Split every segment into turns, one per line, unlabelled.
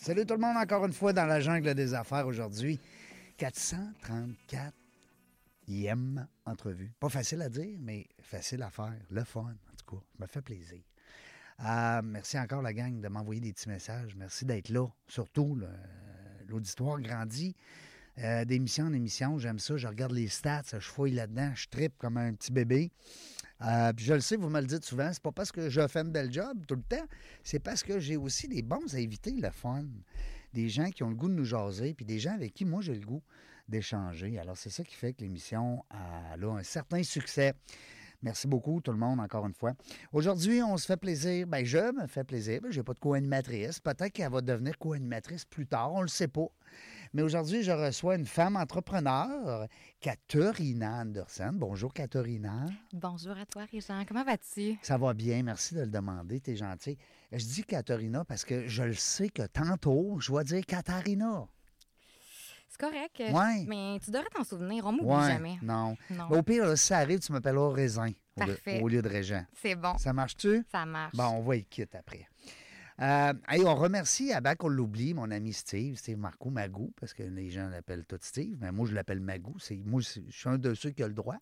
Salut tout le monde encore une fois dans la jungle des affaires aujourd'hui. 434 e entrevue. Pas facile à dire, mais facile à faire. Le fun, en tout cas. Ça me fait plaisir. Euh, merci encore la gang de m'envoyer des petits messages. Merci d'être là. Surtout, là, euh, l'auditoire grandit. Euh, d'émission en émission, j'aime ça. Je regarde les stats, je fouille là-dedans, je tripe comme un petit bébé. Euh, puis je le sais, vous me le dites souvent, c'est pas parce que je fais un bel job tout le temps, c'est parce que j'ai aussi des bons invités, le fun. Des gens qui ont le goût de nous jaser, puis des gens avec qui moi j'ai le goût d'échanger. Alors c'est ça qui fait que l'émission a, là, un certain succès. Merci beaucoup tout le monde encore une fois. Aujourd'hui, on se fait plaisir. Ben je me fais plaisir. Ben, j'ai pas de co-animatrice. Peut-être qu'elle va devenir co-animatrice plus tard, on le sait pas. Mais aujourd'hui, je reçois une femme entrepreneur, Katharina Anderson. Bonjour Katharina.
Bonjour à toi Réjean. Comment vas-tu?
Ça va bien, merci de le demander, t'es gentil. Je dis Katharina parce que je le sais que tantôt, je vais dire Katharina.
C'est correct. Euh,
Ouais.
Mais tu devrais t'en souvenir. On m'oublie
Ouais,
jamais.
Non.
Non.
Mais au pire, là, si ça arrive, tu m'appelleras Raisin au lieu-
Parfait.
au lieu de Régent.
C'est bon. Ça,
Ça marche-tu?
marche.
Bon, on va être quitte après. Euh, hey, on remercie, à bac, on l'oublie, mon ami Steve, Steve Marco Magou, parce que les gens l'appellent tout Steve, mais moi, je l'appelle Magou. C'est, moi, c'est- je suis un de ceux qui a le droit.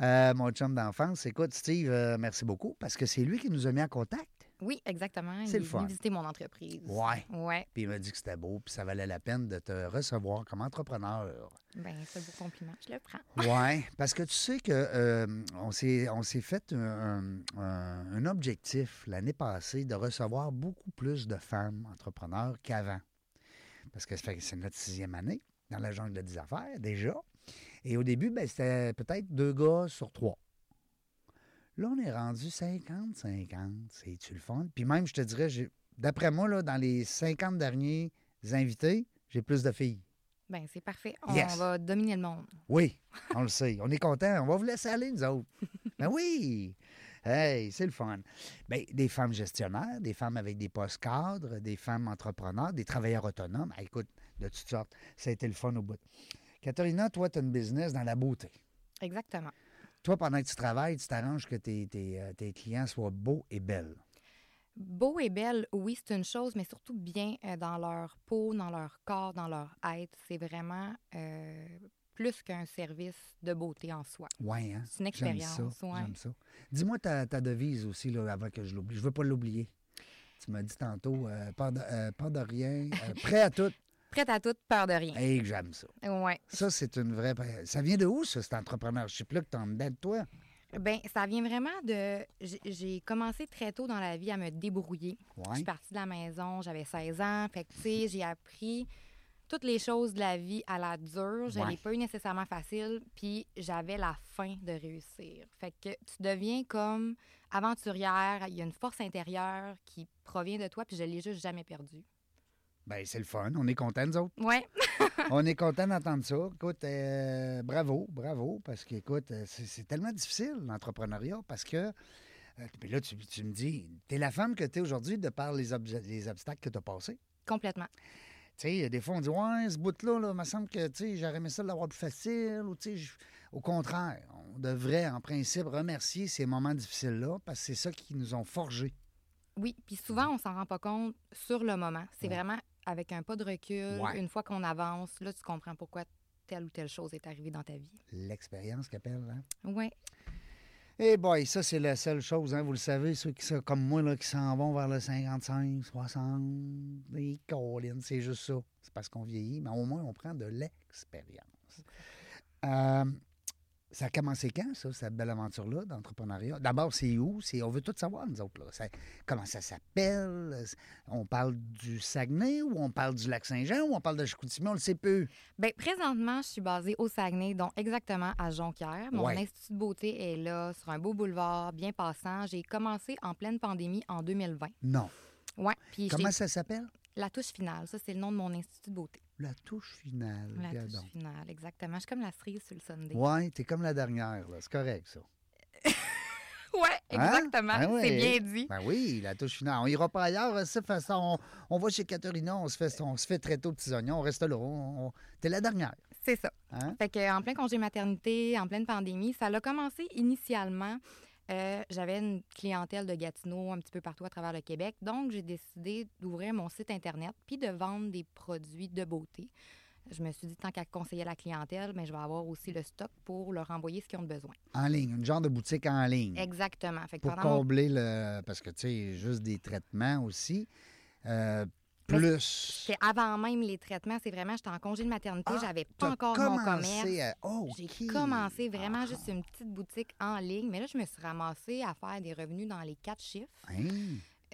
Euh, mon chum d'enfance, écoute, Steve, euh, merci beaucoup, parce que c'est lui qui nous a mis en contact.
Oui, exactement.
C'est
Il
le
est
fun.
venu visiter mon entreprise.
Ouais.
Ouais.
Puis il m'a dit que c'était beau, puis ça valait la peine de te recevoir comme entrepreneur.
Ben, c'est un beau compliment. Je le prends.
Oui, parce que tu sais que euh, on s'est on s'est fait un, un- un objectif l'année passée de recevoir beaucoup plus de femmes entrepreneurs qu'avant. Parce que ça fait que c'est notre sixième année dans la jungle des affaires déjà. Et au début, ben, c'était peut-être deux gars sur trois. Là, on est rendu 50-50. C'est-tu le fun? Puis même, je te dirais, j'ai- d'après moi, là, dans les 50 derniers invités, j'ai plus de filles.
Ben, c'est parfait. On
Yes.
va dominer le monde.
Oui, on le sait. On est content. On va vous laisser aller, nous autres. Ben oui! Hey, c'est le fun. Ben, des femmes gestionnaires, des femmes avec des postes cadres, des femmes entrepreneurs, des travailleurs autonomes. Ah, écoute, de toutes sortes, ça a été le fun au bout. Katharina, toi, tu as une business dans la beauté.
Exactement.
Toi, pendant que tu travailles, tu t'arranges que tes, tes, euh, tes clients soient beaux et belles.
Beau et belle, oui, c'est une chose, mais surtout bien euh, dans leur peau, dans leur corps, dans leur être. C'est vraiment euh, plus qu'un service de beauté en soi.
Ouais, hein?
C'est une
J'aime
expérience,
ça.
ouais.
J'aime ça. Dis-moi ta, ta devise aussi, là, avant que je l'oublie. Je veux pas l'oublier. Tu m'as dit tantôt, euh, peur, de, euh, peur de rien, euh, prêt à tout.
Prête à tout, peur de rien.
Hey, Eh, que j'aime ça.
Ouais.
Ça, c'est une vraie. Ça vient de où, ça, cet entrepreneurship-là que t'en dedans de toi?
Ben, ça vient vraiment de. j'ai- J'ai commencé très tôt dans la vie à me débrouiller.
Ouais.
Je suis partie de la maison, j'avais 16 ans. Fait que, tu sais, j'ai appris toutes les choses de la vie à la dure. Je
Ouais.
l'ai pas eu nécessairement facile, puis j'avais la faim de réussir. Fait que tu deviens comme aventurière. Il y a une force intérieure qui provient de toi, puis je l'ai juste jamais perdue.
Ben, c'est le fun. On est contents, nous autres.
Ouais.
On est contents d'entendre ça. Écoute, euh, bravo, bravo, parce que, écoute, euh, c'est, c'est tellement difficile, l'entrepreneuriat, parce que. euh, puis là, tu, tu me dis, t'es la femme que t'es aujourd'hui de par les, obje- les obstacles que t'as passés.
Complètement.
Tu sais, des fois, on dit, ouais, ce bout-là, là, me semble que, tu sais, j'aurais aimé ça de l'avoir plus facile, ou, tu sais, je- au contraire, on devrait, en principe, remercier ces moments difficiles-là, parce que c'est ça qui nous ont forgés.
Oui, puis souvent, on s'en rend pas compte sur le moment. C'est
Mmh. Ouais.
vraiment avec un pas de recul,
Ouais.
une fois qu'on avance, là, tu comprends pourquoi telle ou telle chose est arrivée dans ta vie.
L'expérience qu'appelle, hein?
Oui,
Eh boy, ça, c'est la seule chose, hein, vous le savez, ceux qui sont comme moi, là, qui s'en vont vers le 55, 60, les collines, c'est juste ça. C'est parce qu'on vieillit, mais au moins, on prend de l'expérience. Euh, Ça a commencé quand, ça, cette belle aventure-là d'entrepreneuriat? D'abord, c'est où? C'est... On veut tout savoir, nous autres. Là. Ça- Comment ça s'appelle? On parle du Saguenay ou on parle du Lac-Saint-Jean ou on parle de Chicoutimi? On le sait peu.
Bien, Ben, présentement, je suis basée au Saguenay, donc exactement à Jonquière. Mon
Ouais.
institut de beauté est là, sur un beau boulevard, bien passant. J'ai commencé en pleine pandémie en 2020.
Non.
Ouais, puis j'ai-
Comment ça s'appelle?
la touche finale, ça c'est le nom de mon institut de beauté.
La touche finale.
La
regarde
touche
donc.
finale, exactement. Je suis comme la cerise sur le sundae.
Ouais, t'es comme la dernière, là. C'est correct, ça.
Ouais, exactement.
Ah ouais.
C'est bien dit.
Ben oui, la touche finale. On ira pas ailleurs, de cette façon. On, on va chez Caterina, on se fait, on se fait très tôt petits oignons, on reste là. on- on- T'es la dernière.
C'est ça.
Hein?
Fait que, en plein congé maternité, en pleine pandémie, ça a commencé initialement. euh, J'avais une clientèle de Gatineau un petit peu partout à travers le Québec. Donc, j'ai décidé d'ouvrir mon site Internet puis de vendre des produits de beauté. Je me suis dit, tant qu'à conseiller la clientèle, mais je vais avoir aussi le stock pour leur envoyer ce qu'ils ont de besoin.
En ligne, une genre de boutique en ligne.
Exactement. Fait que
Mm. Pour
pendant mon-
combler le. Parce que, tu sais, juste des traitements aussi. euh,
Mais
plus.
C'était avant même les traitements. C'est vraiment, j'étais en congé de maternité,
Ah,
j'avais pas
T'as
encore mon commerce.
commencé à- Oh,
J'ai
OK.
commencé vraiment
Ah.
juste une petite boutique en ligne, mais là, je me suis ramassée à faire des revenus dans les quatre chiffres.
Hein?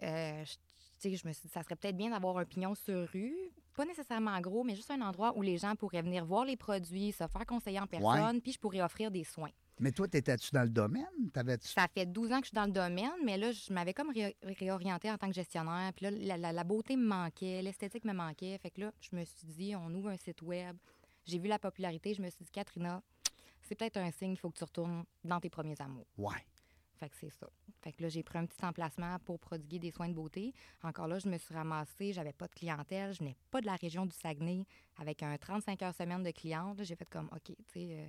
Euh, je, tu sais, je me suis dit, ça serait peut-être bien d'avoir un pignon sur rue, pas nécessairement gros, mais juste un endroit où les gens pourraient venir voir les produits, se faire conseiller en personne, puis je pourrais offrir des soins.
Mais toi, t'étais-tu dans le domaine? T'avais-tu.
Ça fait 12 ans que je suis dans le domaine, mais là, je m'avais comme ré- réorientée en tant que gestionnaire. Puis là, la, la- la beauté me manquait, l'esthétique me manquait. Fait que là, je me suis dit, on ouvre un site web. J'ai vu la popularité, je me suis dit, Katrina, c'est peut-être un signe, il faut que tu retournes dans tes premiers amours.
Ouais.
Fait que c'est ça. Fait que là, j'ai pris un petit emplacement pour prodiguer des soins de beauté. Encore là, je me suis ramassée, j'avais pas de clientèle, je n'ai pas de la région du Saguenay avec un 35 heures semaine de clientes. là, J'ai fait comme, OK, tu sais, euh,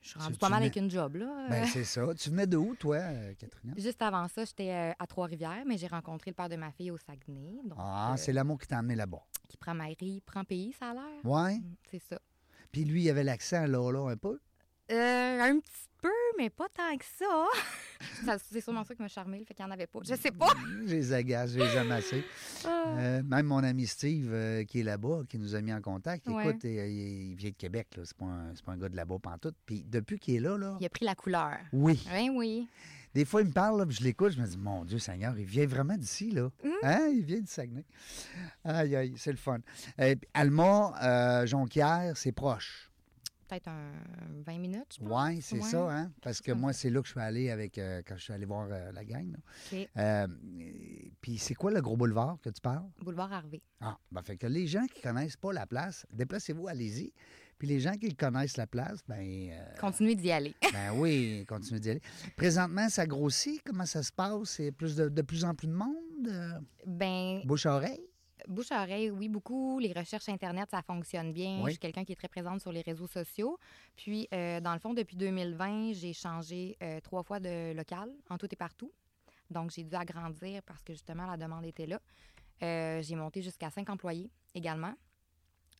je suis rendue
Tu-
pas
tu
mal
venais-
avec une job, là.
Ben, c'est ça. Tu venais de où, toi, euh, Catherine?
Juste avant ça, j'étais euh, à Trois-Rivières, mais j'ai rencontré le père de ma fille au Saguenay. Donc,
Ah,
euh,
c'est l'amour qui t'a emmené là-bas.
qui prend mairie, prend pays, ça a l'air.
Ouais.
Mm, C'est ça.
Puis lui, il avait l'accent là, là, un peu.
Euh, un petit peu, mais pas tant que ça. Ça, c'est sûrement ça qui m'a charmé, le fait qu'il n'y en avait pas. Je sais pas.
Je les agace, je les aime assez.
Ah.
Euh, même mon ami Steve, euh, qui est là-bas, qui nous a mis en contact,
Ouais.
écoute, euh, il, il vient de Québec, là. C'est pas, un- c'est pas un gars de là-bas pantoute. Puis depuis qu'il est là, là.
Il a pris la couleur.
Oui.
Oui, oui.
Des fois, il me parle, là, puis je l'écoute, je me dis, mon Dieu Seigneur, il vient vraiment d'ici, là. Hein? Il vient du Saguenay. Aïe, aïe, c'est le fun. Euh, puis Alma, euh, Jonquière, c'est proche.
Peut-être un 20 minutes, je pense.
Oui, c'est
ouais.
ça, hein? Parce que
Ça me
moi, c'est là que je suis allé avec, euh, quand je suis allé voir euh, la gang, là.
OK.
Euh, et- puis c'est quoi le gros boulevard que tu parles?
Boulevard Harvey.
Ah, ben fait que les gens qui connaissent pas la place, déplacez-vous, allez-y. Puis les gens qui connaissent la place, ben, euh,
Continuez d'y aller.
ben oui, continuez d'y aller. Présentement, ça grossit, comment ça se passe? C'est plus de, de plus en plus de monde? euh,
ben,
bouche à oreille?
bouche à oreille, oui, beaucoup. Les recherches Internet, ça fonctionne bien.
Oui.
Je suis quelqu'un qui est très présente sur les réseaux sociaux. Puis, euh, dans le fond, depuis 2020, j'ai changé euh, trois fois de local, en tout et partout. Donc, j'ai dû agrandir parce que justement, la demande était là. Euh, j'ai monté jusqu'à cinq employés également.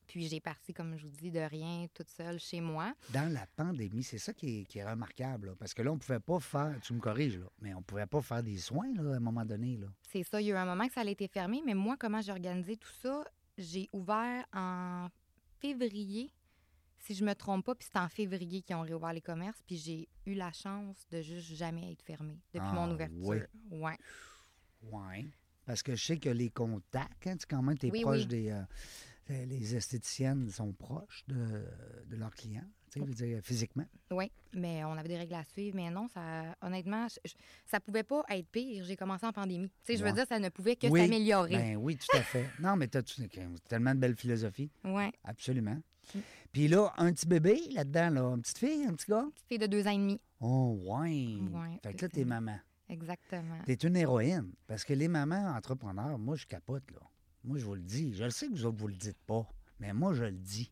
Puis, j'ai parti, comme je vous dis, de rien, toute seule chez moi.
Dans la pandémie, c'est ça qui est, qui est remarquable, là, parce que là, on pouvait pas faire, tu me corriges, là, mais on pouvait pas faire des soins, là, à un moment donné, là.
C'est ça, il y a eu un moment que ça a été fermé, mais moi, comment j'ai organisé tout ça, j'ai ouvert en février, si je me trompe pas, puis c'est en février qu'ils ont réouvert les commerces, puis j'ai eu la chance de juste jamais être fermée depuis
Ah,
mon ouverture.
oui.
Ouais.
Oui. Parce que je sais que les contacts, hein, tu quand même, tu es
Oui,
proche
oui.
des. euh, euh, les esthéticiennes sont proches de, de leurs clients, tu sais, je veux dire, physiquement.
Oui, mais on avait des règles à suivre, mais non, ça, honnêtement, je- je- ça pouvait pas être pire. J'ai commencé en pandémie. Tu sais, je veux
Ouais.
dire, ça ne pouvait que
Oui,
s'améliorer.
Ben oui, tout à fait. Non, mais t'as tu- tellement de belles philosophies,
Ouais.
absolument.
Mm.
Puis là, un petit bébé là-dedans, là, une petite fille, un petit gars.
Petite fille de deux ans et demi.
Oh, ouais.
Ouais,
fait que là,
c'est
t'es
ça.
maman.
Exactement.
T'es une héroïne. Parce que les mamans entrepreneurs, moi, je capote, là. Moi, je vous le dis. Je le sais que vous autres, vous le dites pas. Mais moi, je le dis.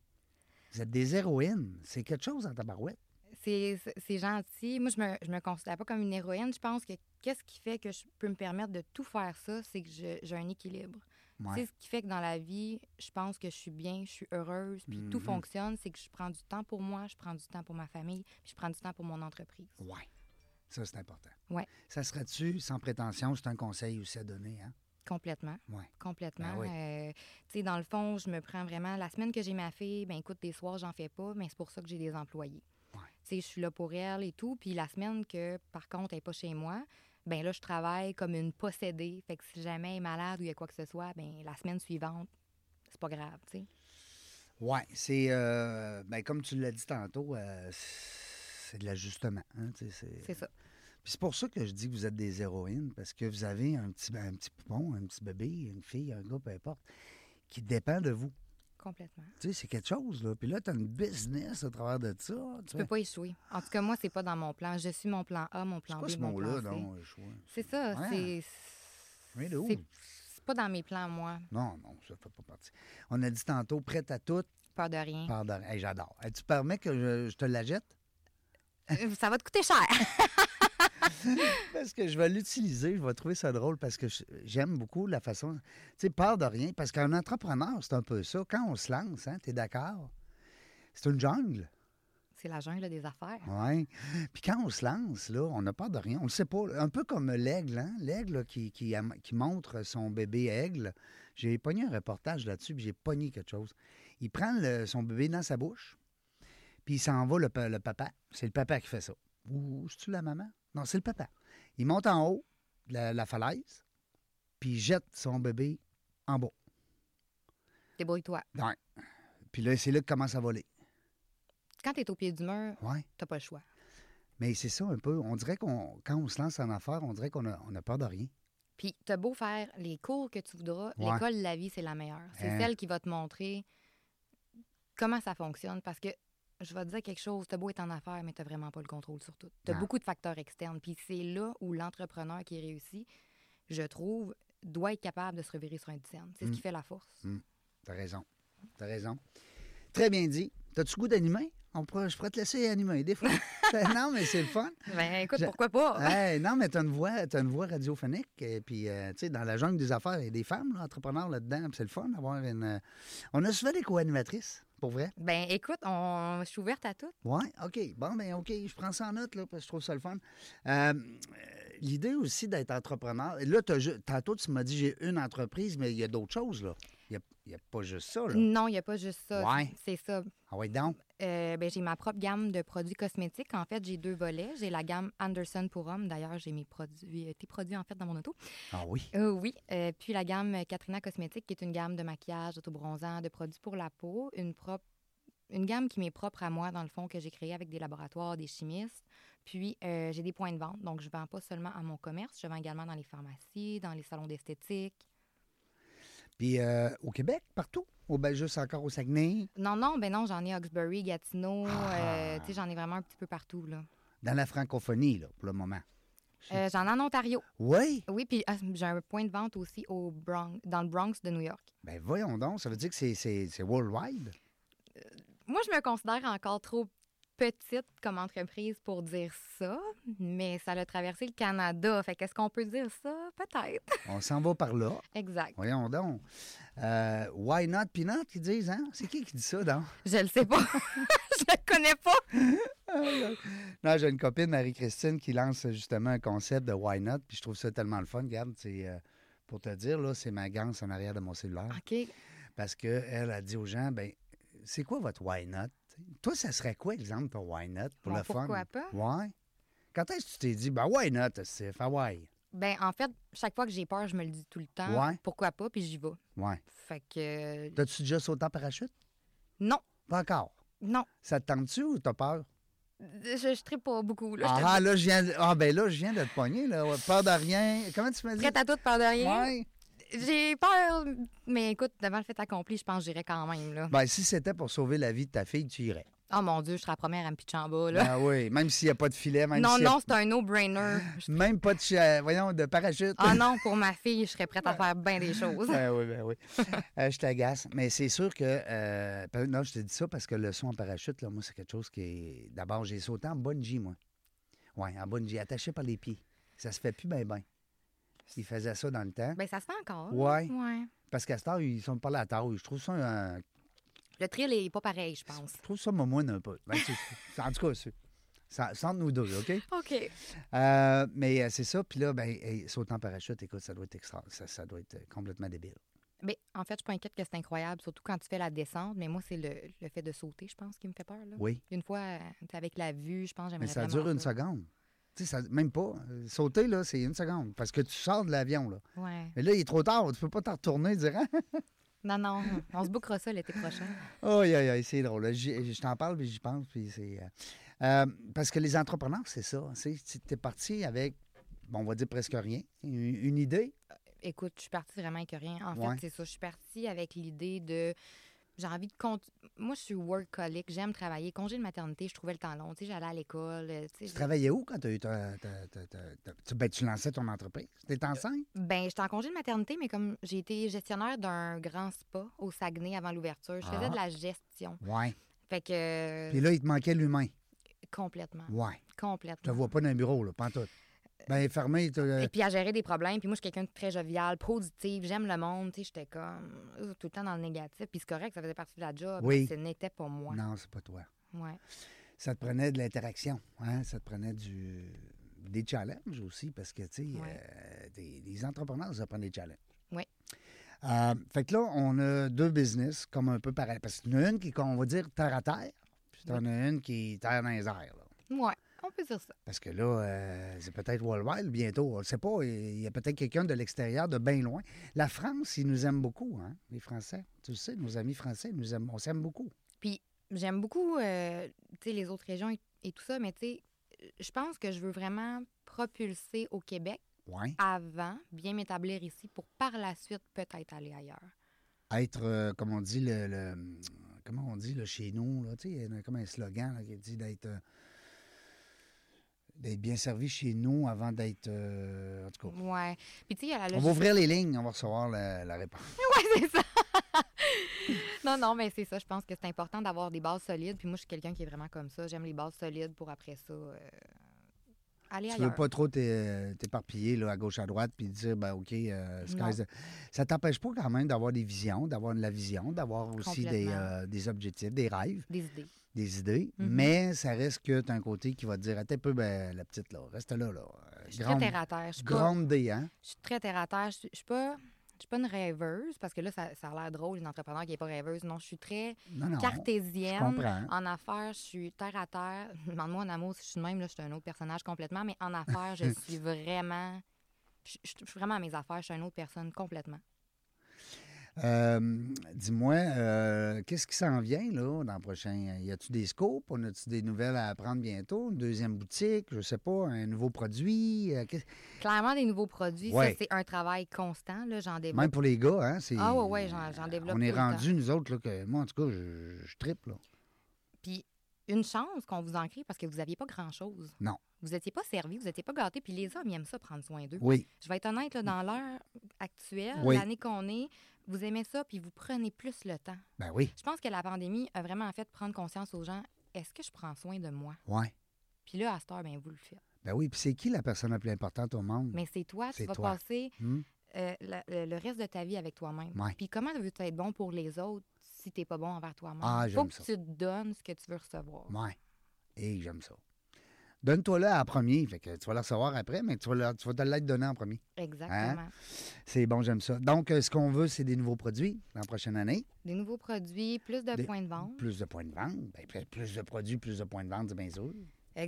Vous êtes des héroïnes. C'est quelque chose en tabarouette.
C'est c'est- c'est gentil. Moi, je me, je me considère pas comme une héroïne. Je pense que qu'est-ce qui fait que je peux me permettre de tout faire ça, c'est que je- j'ai un équilibre.
Ouais.
C'est ce qui fait que dans la vie, je pense que je suis bien, je suis heureuse, puis tout
Mhm.
fonctionne. C'est que je prends du temps pour moi, je prends du temps pour ma famille, puis je prends du temps pour mon entreprise.
Oui. Ça, c'est important.
Ouais.
Ça serait-tu, sans prétention, c'est un conseil aussi à donner, hein?
Complètement.
Ouais.
Complètement.
Ben oui.
Euh, tu sais, dans le fond, je me prends vraiment. La semaine que j'ai ma fille, ben écoute, des soirs, j'en fais pas, mais c'est pour ça que j'ai des employés.
Ouais.
sais, je suis là pour elle et tout. Puis la semaine que, par contre, elle n'est pas chez moi, ben là, je travaille comme une possédée. Fait que si jamais elle est malade ou il y a quoi que ce soit, ben la semaine suivante, c'est pas grave, tu sais.
Oui, c'est. euh, ben, comme tu l'as dit tantôt, euh, c'est de l'ajustement. hein, tu sais, c'est-
C'est ça.
Puis c'est pour ça que je dis que vous êtes des héroïnes, parce que vous avez un petit, ben, un petit poupon, un petit bébé, une fille, un gars, peu importe, qui dépend de vous.
Complètement.
Tu sais, c'est quelque chose, là. Puis là, tu as une business à travers de ça.
Je peux pas échouer. En tout cas, moi, c'est pas dans mon plan. Je suis mon plan A, mon
C'est
plan
quoi
B,
ce
mon
mot-là, euh,
plan C.
non, je vois?
C'est ça,
Ouais.
c'est...
Mais de où?
c'est- C'est pas dans mes plans, moi.
Non, non, ça fait pas partie. On a dit tantôt, prête à tout,
Peur de rien.
pardon. Hey, J'adore. Hey, tu permets que je, je te la jette?
Euh, ça va te coûter cher.
Parce que je vais l'utiliser, je vais trouver ça drôle parce que je- j'aime beaucoup la façon. Tu sais, peur de rien. Parce qu'un entrepreneur, c'est un peu ça. Quand on se lance, hein, t'es d'accord? C'est une jungle.
C'est la jungle des affaires.
Oui. Puis quand on se lance, là, on n'a peur de rien. On ne sait pas. Un peu comme l'aigle, hein? L'aigle qui, qui am- qui montre son bébé aigle. J'ai pogné un reportage là-dessus, puis j'ai pogné quelque chose. Il prend le- son bébé dans sa bouche, puis il s'en va le, pa- le papa. C'est le papa qui fait ça. Ou c'est-tu la maman? Non, c'est le papa. Il monte en haut de la, la falaise, puis il jette son bébé en bas.
Débrouille-toi.
Puis là, c'est là qu'il commence à voler.
Quand t'es au pied du mur,
Ouais.
t'as pas le choix.
Mais c'est ça un peu. On dirait qu'on, quand on se lance en affaires, on dirait qu'on a, on a peur de rien.
Puis t'as beau faire les cours que tu voudras,
Ouais.
l'école de la vie, c'est la meilleure. C'est
Hein.
celle qui va te montrer comment ça fonctionne. Parce que je vais te dire quelque chose, t'as beau être en affaires, mais t'as vraiment pas le contrôle sur tout. T'as
Non.
beaucoup de facteurs externes. Puis c'est là où l'entrepreneur qui réussit, je trouve, doit être capable de se revirer sur un dizaine. C'est
Mm.
ce qui fait la force.
T'as raison. T'as raison. Très bien dit. T'as-tu goût d'animer? On pourrait- je pourrais te laisser animer des fois. non, mais c'est le fun.
Ben écoute,
Je- Hein?
pourquoi pas?
Hey, non, mais t'as une voix, t'as une voix radiophonique. Et puis, euh, tu sais, dans la jungle des affaires, il y a des femmes, là, entrepreneurs là-dedans. puis C'est le fun d'avoir une. euh, On a souvent des co-animatrices, pour vrai.
Ben écoute, on... je suis ouverte à tout.
Ouais, OK. Bon, ben OK, je prends ça en note, là, parce que je trouve ça le fun. Euh, euh, L'idée aussi d'être entrepreneur. Là, t'as ju- tantôt, tu m'as dit j'ai une entreprise, mais il y a d'autres choses, là. Il n'y a, pas juste ça, là.
Non, il n'y a pas juste ça.
Ouais.
C'est ça.
Ah ouais, donc.
Euh, ben, j'ai ma propre gamme de produits cosmétiques. En fait, j'ai deux volets. J'ai la gamme Anderson pour hommes. D'ailleurs, j'ai mes produits, euh, tes produits en fait dans mon auto.
Ah oui.
Euh, oui. Euh, puis la gamme Katrina Cosmétique, qui est une gamme de maquillage, d'autobronzant, de produits pour la peau. Une, propre, une gamme qui m'est propre à moi, dans le fond, que j'ai créée avec des laboratoires, des chimistes. Puis euh, j'ai des points de vente. Donc, je vends pas seulement à mon commerce, je vends également dans les pharmacies, dans les salons d'esthétique.
Puis euh, au Québec, partout. Au ben, juste encore au Saguenay,
Non, non, ben non, j'en ai à Oxbury, Gatineau.
Ah.
euh, tu sais, j'en ai vraiment un petit peu partout, là.
dans la francophonie, là, pour le moment.
Euh, j'en ai en Ontario.
Oui.
Oui, puis ah, j'ai un point de vente aussi au Bronx, dans le Bronx de New York.
Ben voyons donc, ça veut dire que c'est- c'est c'est worldwide.
Moi, je me considère encore trop petite comme entreprise pour dire ça, mais ça l'a traversé le Canada. Fait qu'est-ce qu'on peut dire ça? Peut-être.
On s'en va par là.
Exact.
Voyons donc. Euh, why not peanut, ils disent, hein? C'est qui qui dit ça, donc?
Je le sais pas. je le connais pas.
Non, j'ai une copine, Marie-Christine, qui lance justement un concept de Why Not, puis je trouve ça tellement le fun. Regarde, c'est, euh, pour te dire, là, c'est ma ganse en arrière de mon cellulaire.
OK.
Parce qu'elle a dit aux gens, ben c'est quoi votre Why Not? T'sais, Toi, ça serait quoi, exemple, ton Why Not pour
Bon,
le fun?
pourquoi pas?
Ouais. Quand est-ce que tu t'es dit, ben Why Not, c'est Hawaii?
Ben, en fait, chaque fois que j'ai peur, je me le dis tout le temps.
Ouais.
Pourquoi pas? Puis j'y vais.
Ouais.
Fait que. euh,
T'as-tu déjà sauté en parachute?
Non,
Pas encore.
non.
Ça te tente-tu ou t'as peur?
Je ne serai pas beaucoup. Là,
Ah,
Je
ah, là, je viens, ah, ben là, je viens de te pogner, là. Ouais, Peur de rien. Comment tu m'as
te-
dit?
prête à tout, peur de rien.
Ouais.
J'ai peur, mais écoute, devant le fait accompli, je pense que j'irais quand même. Là.
Ben, si c'était pour sauver la vie de ta fille, tu irais.
Oh mon Dieu, je serais la première à me pitcher en bas. Là.
Ah oui, même s'il n'y a pas de filet, même
non,
s'il y a
non, c'est un no-brainer. Je-
même pas de cha- voyons, de parachute.
Ah non, pour ma fille, je serais prête à faire bien des choses.
Ben oui, ben oui. Euh, je t'agace. Mais c'est sûr que. euh, ben, non, je te dis ça parce que le saut en parachute, là, moi, c'est quelque chose qui est. D'abord, j'ai sauté en bungee, moi. Oui, en bungee, attaché par les pieds. Ça se fait plus ben ben. Ils faisaient ça dans le temps.
Ben, ça se fait encore.
Ouais.
Ouais.
Parce qu'à ce temps, ils sont pas là à tarde. Je trouve ça un-
Le thrill est pas pareil, je pense.
Je trouve ça momoine un peu. Ben, c'est- en tout cas, c'est. ça- c'est entre nous deux, OK?
OK.
Euh, mais euh, c'est ça. Puis là, ben, hey, sauter en parachute, écoute, ça doit être extra. Ça, ça doit être euh, complètement débile.
Mais en fait, je suis pas inquiète que c'est incroyable, surtout quand tu fais la descente. Mais moi, c'est le, le fait de sauter, je pense, qui me fait peur. Là.
Oui.
Une fois, euh, t'es avec la vue, je pense, j'aimerais
Mais ça
Ah, vraiment
dure une
ça.
seconde. Tu sais, ça, même pas. Euh, Sauter, là, c'est une seconde. Parce que tu sors de l'avion, là.
Ouais.
Mais là, il est trop tard. Tu peux pas t'en retourner et dire, Ah,
Non, non, on se bookera ça l'été prochain.
aïe, aïe, aïe, c'est drôle. J'y- Je t'en parle, puis j'y pense, puis c'est... euh, euh, parce que les entrepreneurs, c'est ça. C'est, t'es parti avec, bon, on va dire presque rien, une, une idée.
Écoute, je suis partie vraiment avec rien. En
Ouais.
fait, c'est ça. Je suis partie avec l'idée de. J'ai envie de. cont- Moi, je suis workaholic. J'aime travailler. Congé de maternité, je trouvais le temps long. Tu sais, j'allais à l'école. euh, tu sais,
Tu
j'ai-
travaillais où quand tu as eu ta... ta- ta- ta- ta- tu- ben, tu lançais ton entreprise. T'es enceinte?
Ben, j'étais en congé de maternité, mais comme j'ai été gestionnaire d'un grand spa au Saguenay avant l'ouverture, je faisais
Ah.
de la gestion.
Ouais.
Fait que. euh,
Puis là, il te manquait l'humain.
complètement.
Ouais. Je te
Complètement.
vois pas dans le bureau, là,
Euh,
pantoute. Ben, fermé, t'as le-
Et puis à gérer des problèmes. Puis moi, je suis quelqu'un de très jovial, positif. J'aime le monde. Tu sais, j'étais comme euh, tout le temps dans le négatif. Puis c'est correct, ça faisait partie de la job.
Oui.
mais Ce n'était pas moi.
Non, c'est pas toi.
Ouais.
ça te prenait de l'interaction, hein? ça te prenait du... des challenges aussi, parce que, tu sais,
Ouais.
euh, des- les entrepreneurs, ça prend des challenges.
Ouais.
Euh, fait que là, on a deux business comme un peu pareil. Parce qu'il y en a une qui est, on va dire, terre à terre, puis t'en as une qui est terre dans les airs. là.
Ouais. On peut dire ça.
Parce que là, euh, c'est peut-être worldwide bientôt, on ne sait pas. Il y a peut-être quelqu'un de l'extérieur, de bien loin. La France, ils nous aiment beaucoup, hein, les Français. Tu le sais, nos amis français, ils nous aiment, on s'aime beaucoup.
J'aime beaucoup euh, tu sais, les autres régions et, et tout ça, mais tu sais, je pense que je veux vraiment propulser au Québec
Ouais.
avant, bien m'établir ici pour par la suite peut-être aller ailleurs.
être, euh, comme on dit, le, le- comment on dit le chez nous, là, tu sais, il y en a comme un slogan là, qui dit d'être euh, d'être bien servi chez nous avant d'être euh, en tout cas.
Ouais. Puis tu sais, il y a la
On va
logique.
ouvrir les lignes, on va recevoir la, la réponse.
c'est ça. non, non, mais c'est ça. Je pense que c'est important d'avoir des bases solides. Puis moi, je suis quelqu'un qui est vraiment comme ça. J'aime les bases solides pour après ça euh, aller
Tu
ailleurs.
veux pas trop t'é- t'éparpiller là, à gauche, à droite, puis dire, ben OK, euh, sky's
Non.
the- ça t'empêche pas quand même d'avoir des visions, d'avoir de la vision, d'avoir aussi des,
Complètement.
euh, des objectifs, des rêves,
Des idées.
des idées,
Mhm.
mais ça reste que tu as un côté qui va te dire, attends un peu, ben, la petite, là, reste là, là.
Je suis très
Grande,
terre à terre. Je suis pas-
grande D, hein?
Je suis très terre à terre. Je suis je suis pas. Je suis pas une rêveuse, parce que là, ça, ça a l'air drôle, une entrepreneur qui n'est pas rêveuse. Non, je suis très
Non, non. Je
cartésienne.
comprends.
En affaires, je suis terre à terre. Demande-moi en amour si je suis de même, là, je suis un autre personnage complètement, mais en affaires, je suis vraiment. Je, je- je suis vraiment à mes affaires, je suis une autre personne complètement.
Euh, Dis-moi, euh, qu'est-ce qui s'en vient là, dans le prochain? Y a-tu des scopes? On a-tu des nouvelles à apprendre bientôt? Une deuxième boutique? Je sais pas, un nouveau produit? euh, qu'est-
Clairement, des nouveaux produits, ça,
Ouais.
c'est un travail constant. Là, j'en développe.
Même pour les gars, hein? c'est-
Ah, ouais, ouais, j'en- j'en développe
On est
tout le temps.
rendu nous autres, là, que moi, en tout cas, je, je trippe, là.
Puis une chance qu'on vous en crée parce que vous n'aviez pas grand-chose.
Non.
Vous n'étiez pas servi, vous n'étiez pas gâté. Puis les hommes, ils aiment ça prendre soin d'eux.
Oui.
Je vais être honnête, là, dans l'heure actuelle,
Oui.
l'année qu'on est, vous aimez ça, puis vous prenez plus le temps.
Ben oui.
Je pense que la pandémie a vraiment fait prendre conscience aux gens, est-ce que je prends soin de moi?
Ouais.
Puis là, à cette heure, ben, vous le faites.
Ben oui. Puis c'est qui la personne la plus importante au monde?
Mais c'est toi, tu
C'est
vas
toi.
passer
Hmm?
euh, la- le, le reste de ta vie avec toi-même.
Ouais.
Puis comment veux-tu être bon pour les autres si t'es pas bon envers toi-même?
Ah,
Faut
j'aime
que
ça.
tu te donnes ce que tu veux recevoir.
Ouais. Et j'aime ça. Donne-toi là en premier. Fait que tu vas le recevoir après, mais tu vas, le- tu vas te l'être donné en premier.
Exactement.
C'est bon, j'aime ça. Donc, euh, ce qu'on veut, c'est des nouveaux produits dans la prochaine année.
Des nouveaux produits, plus de
Des-
points de vente.
Plus de points de vente. Ben, plus- plus de produits, plus de points de vente, c'est bien sûr.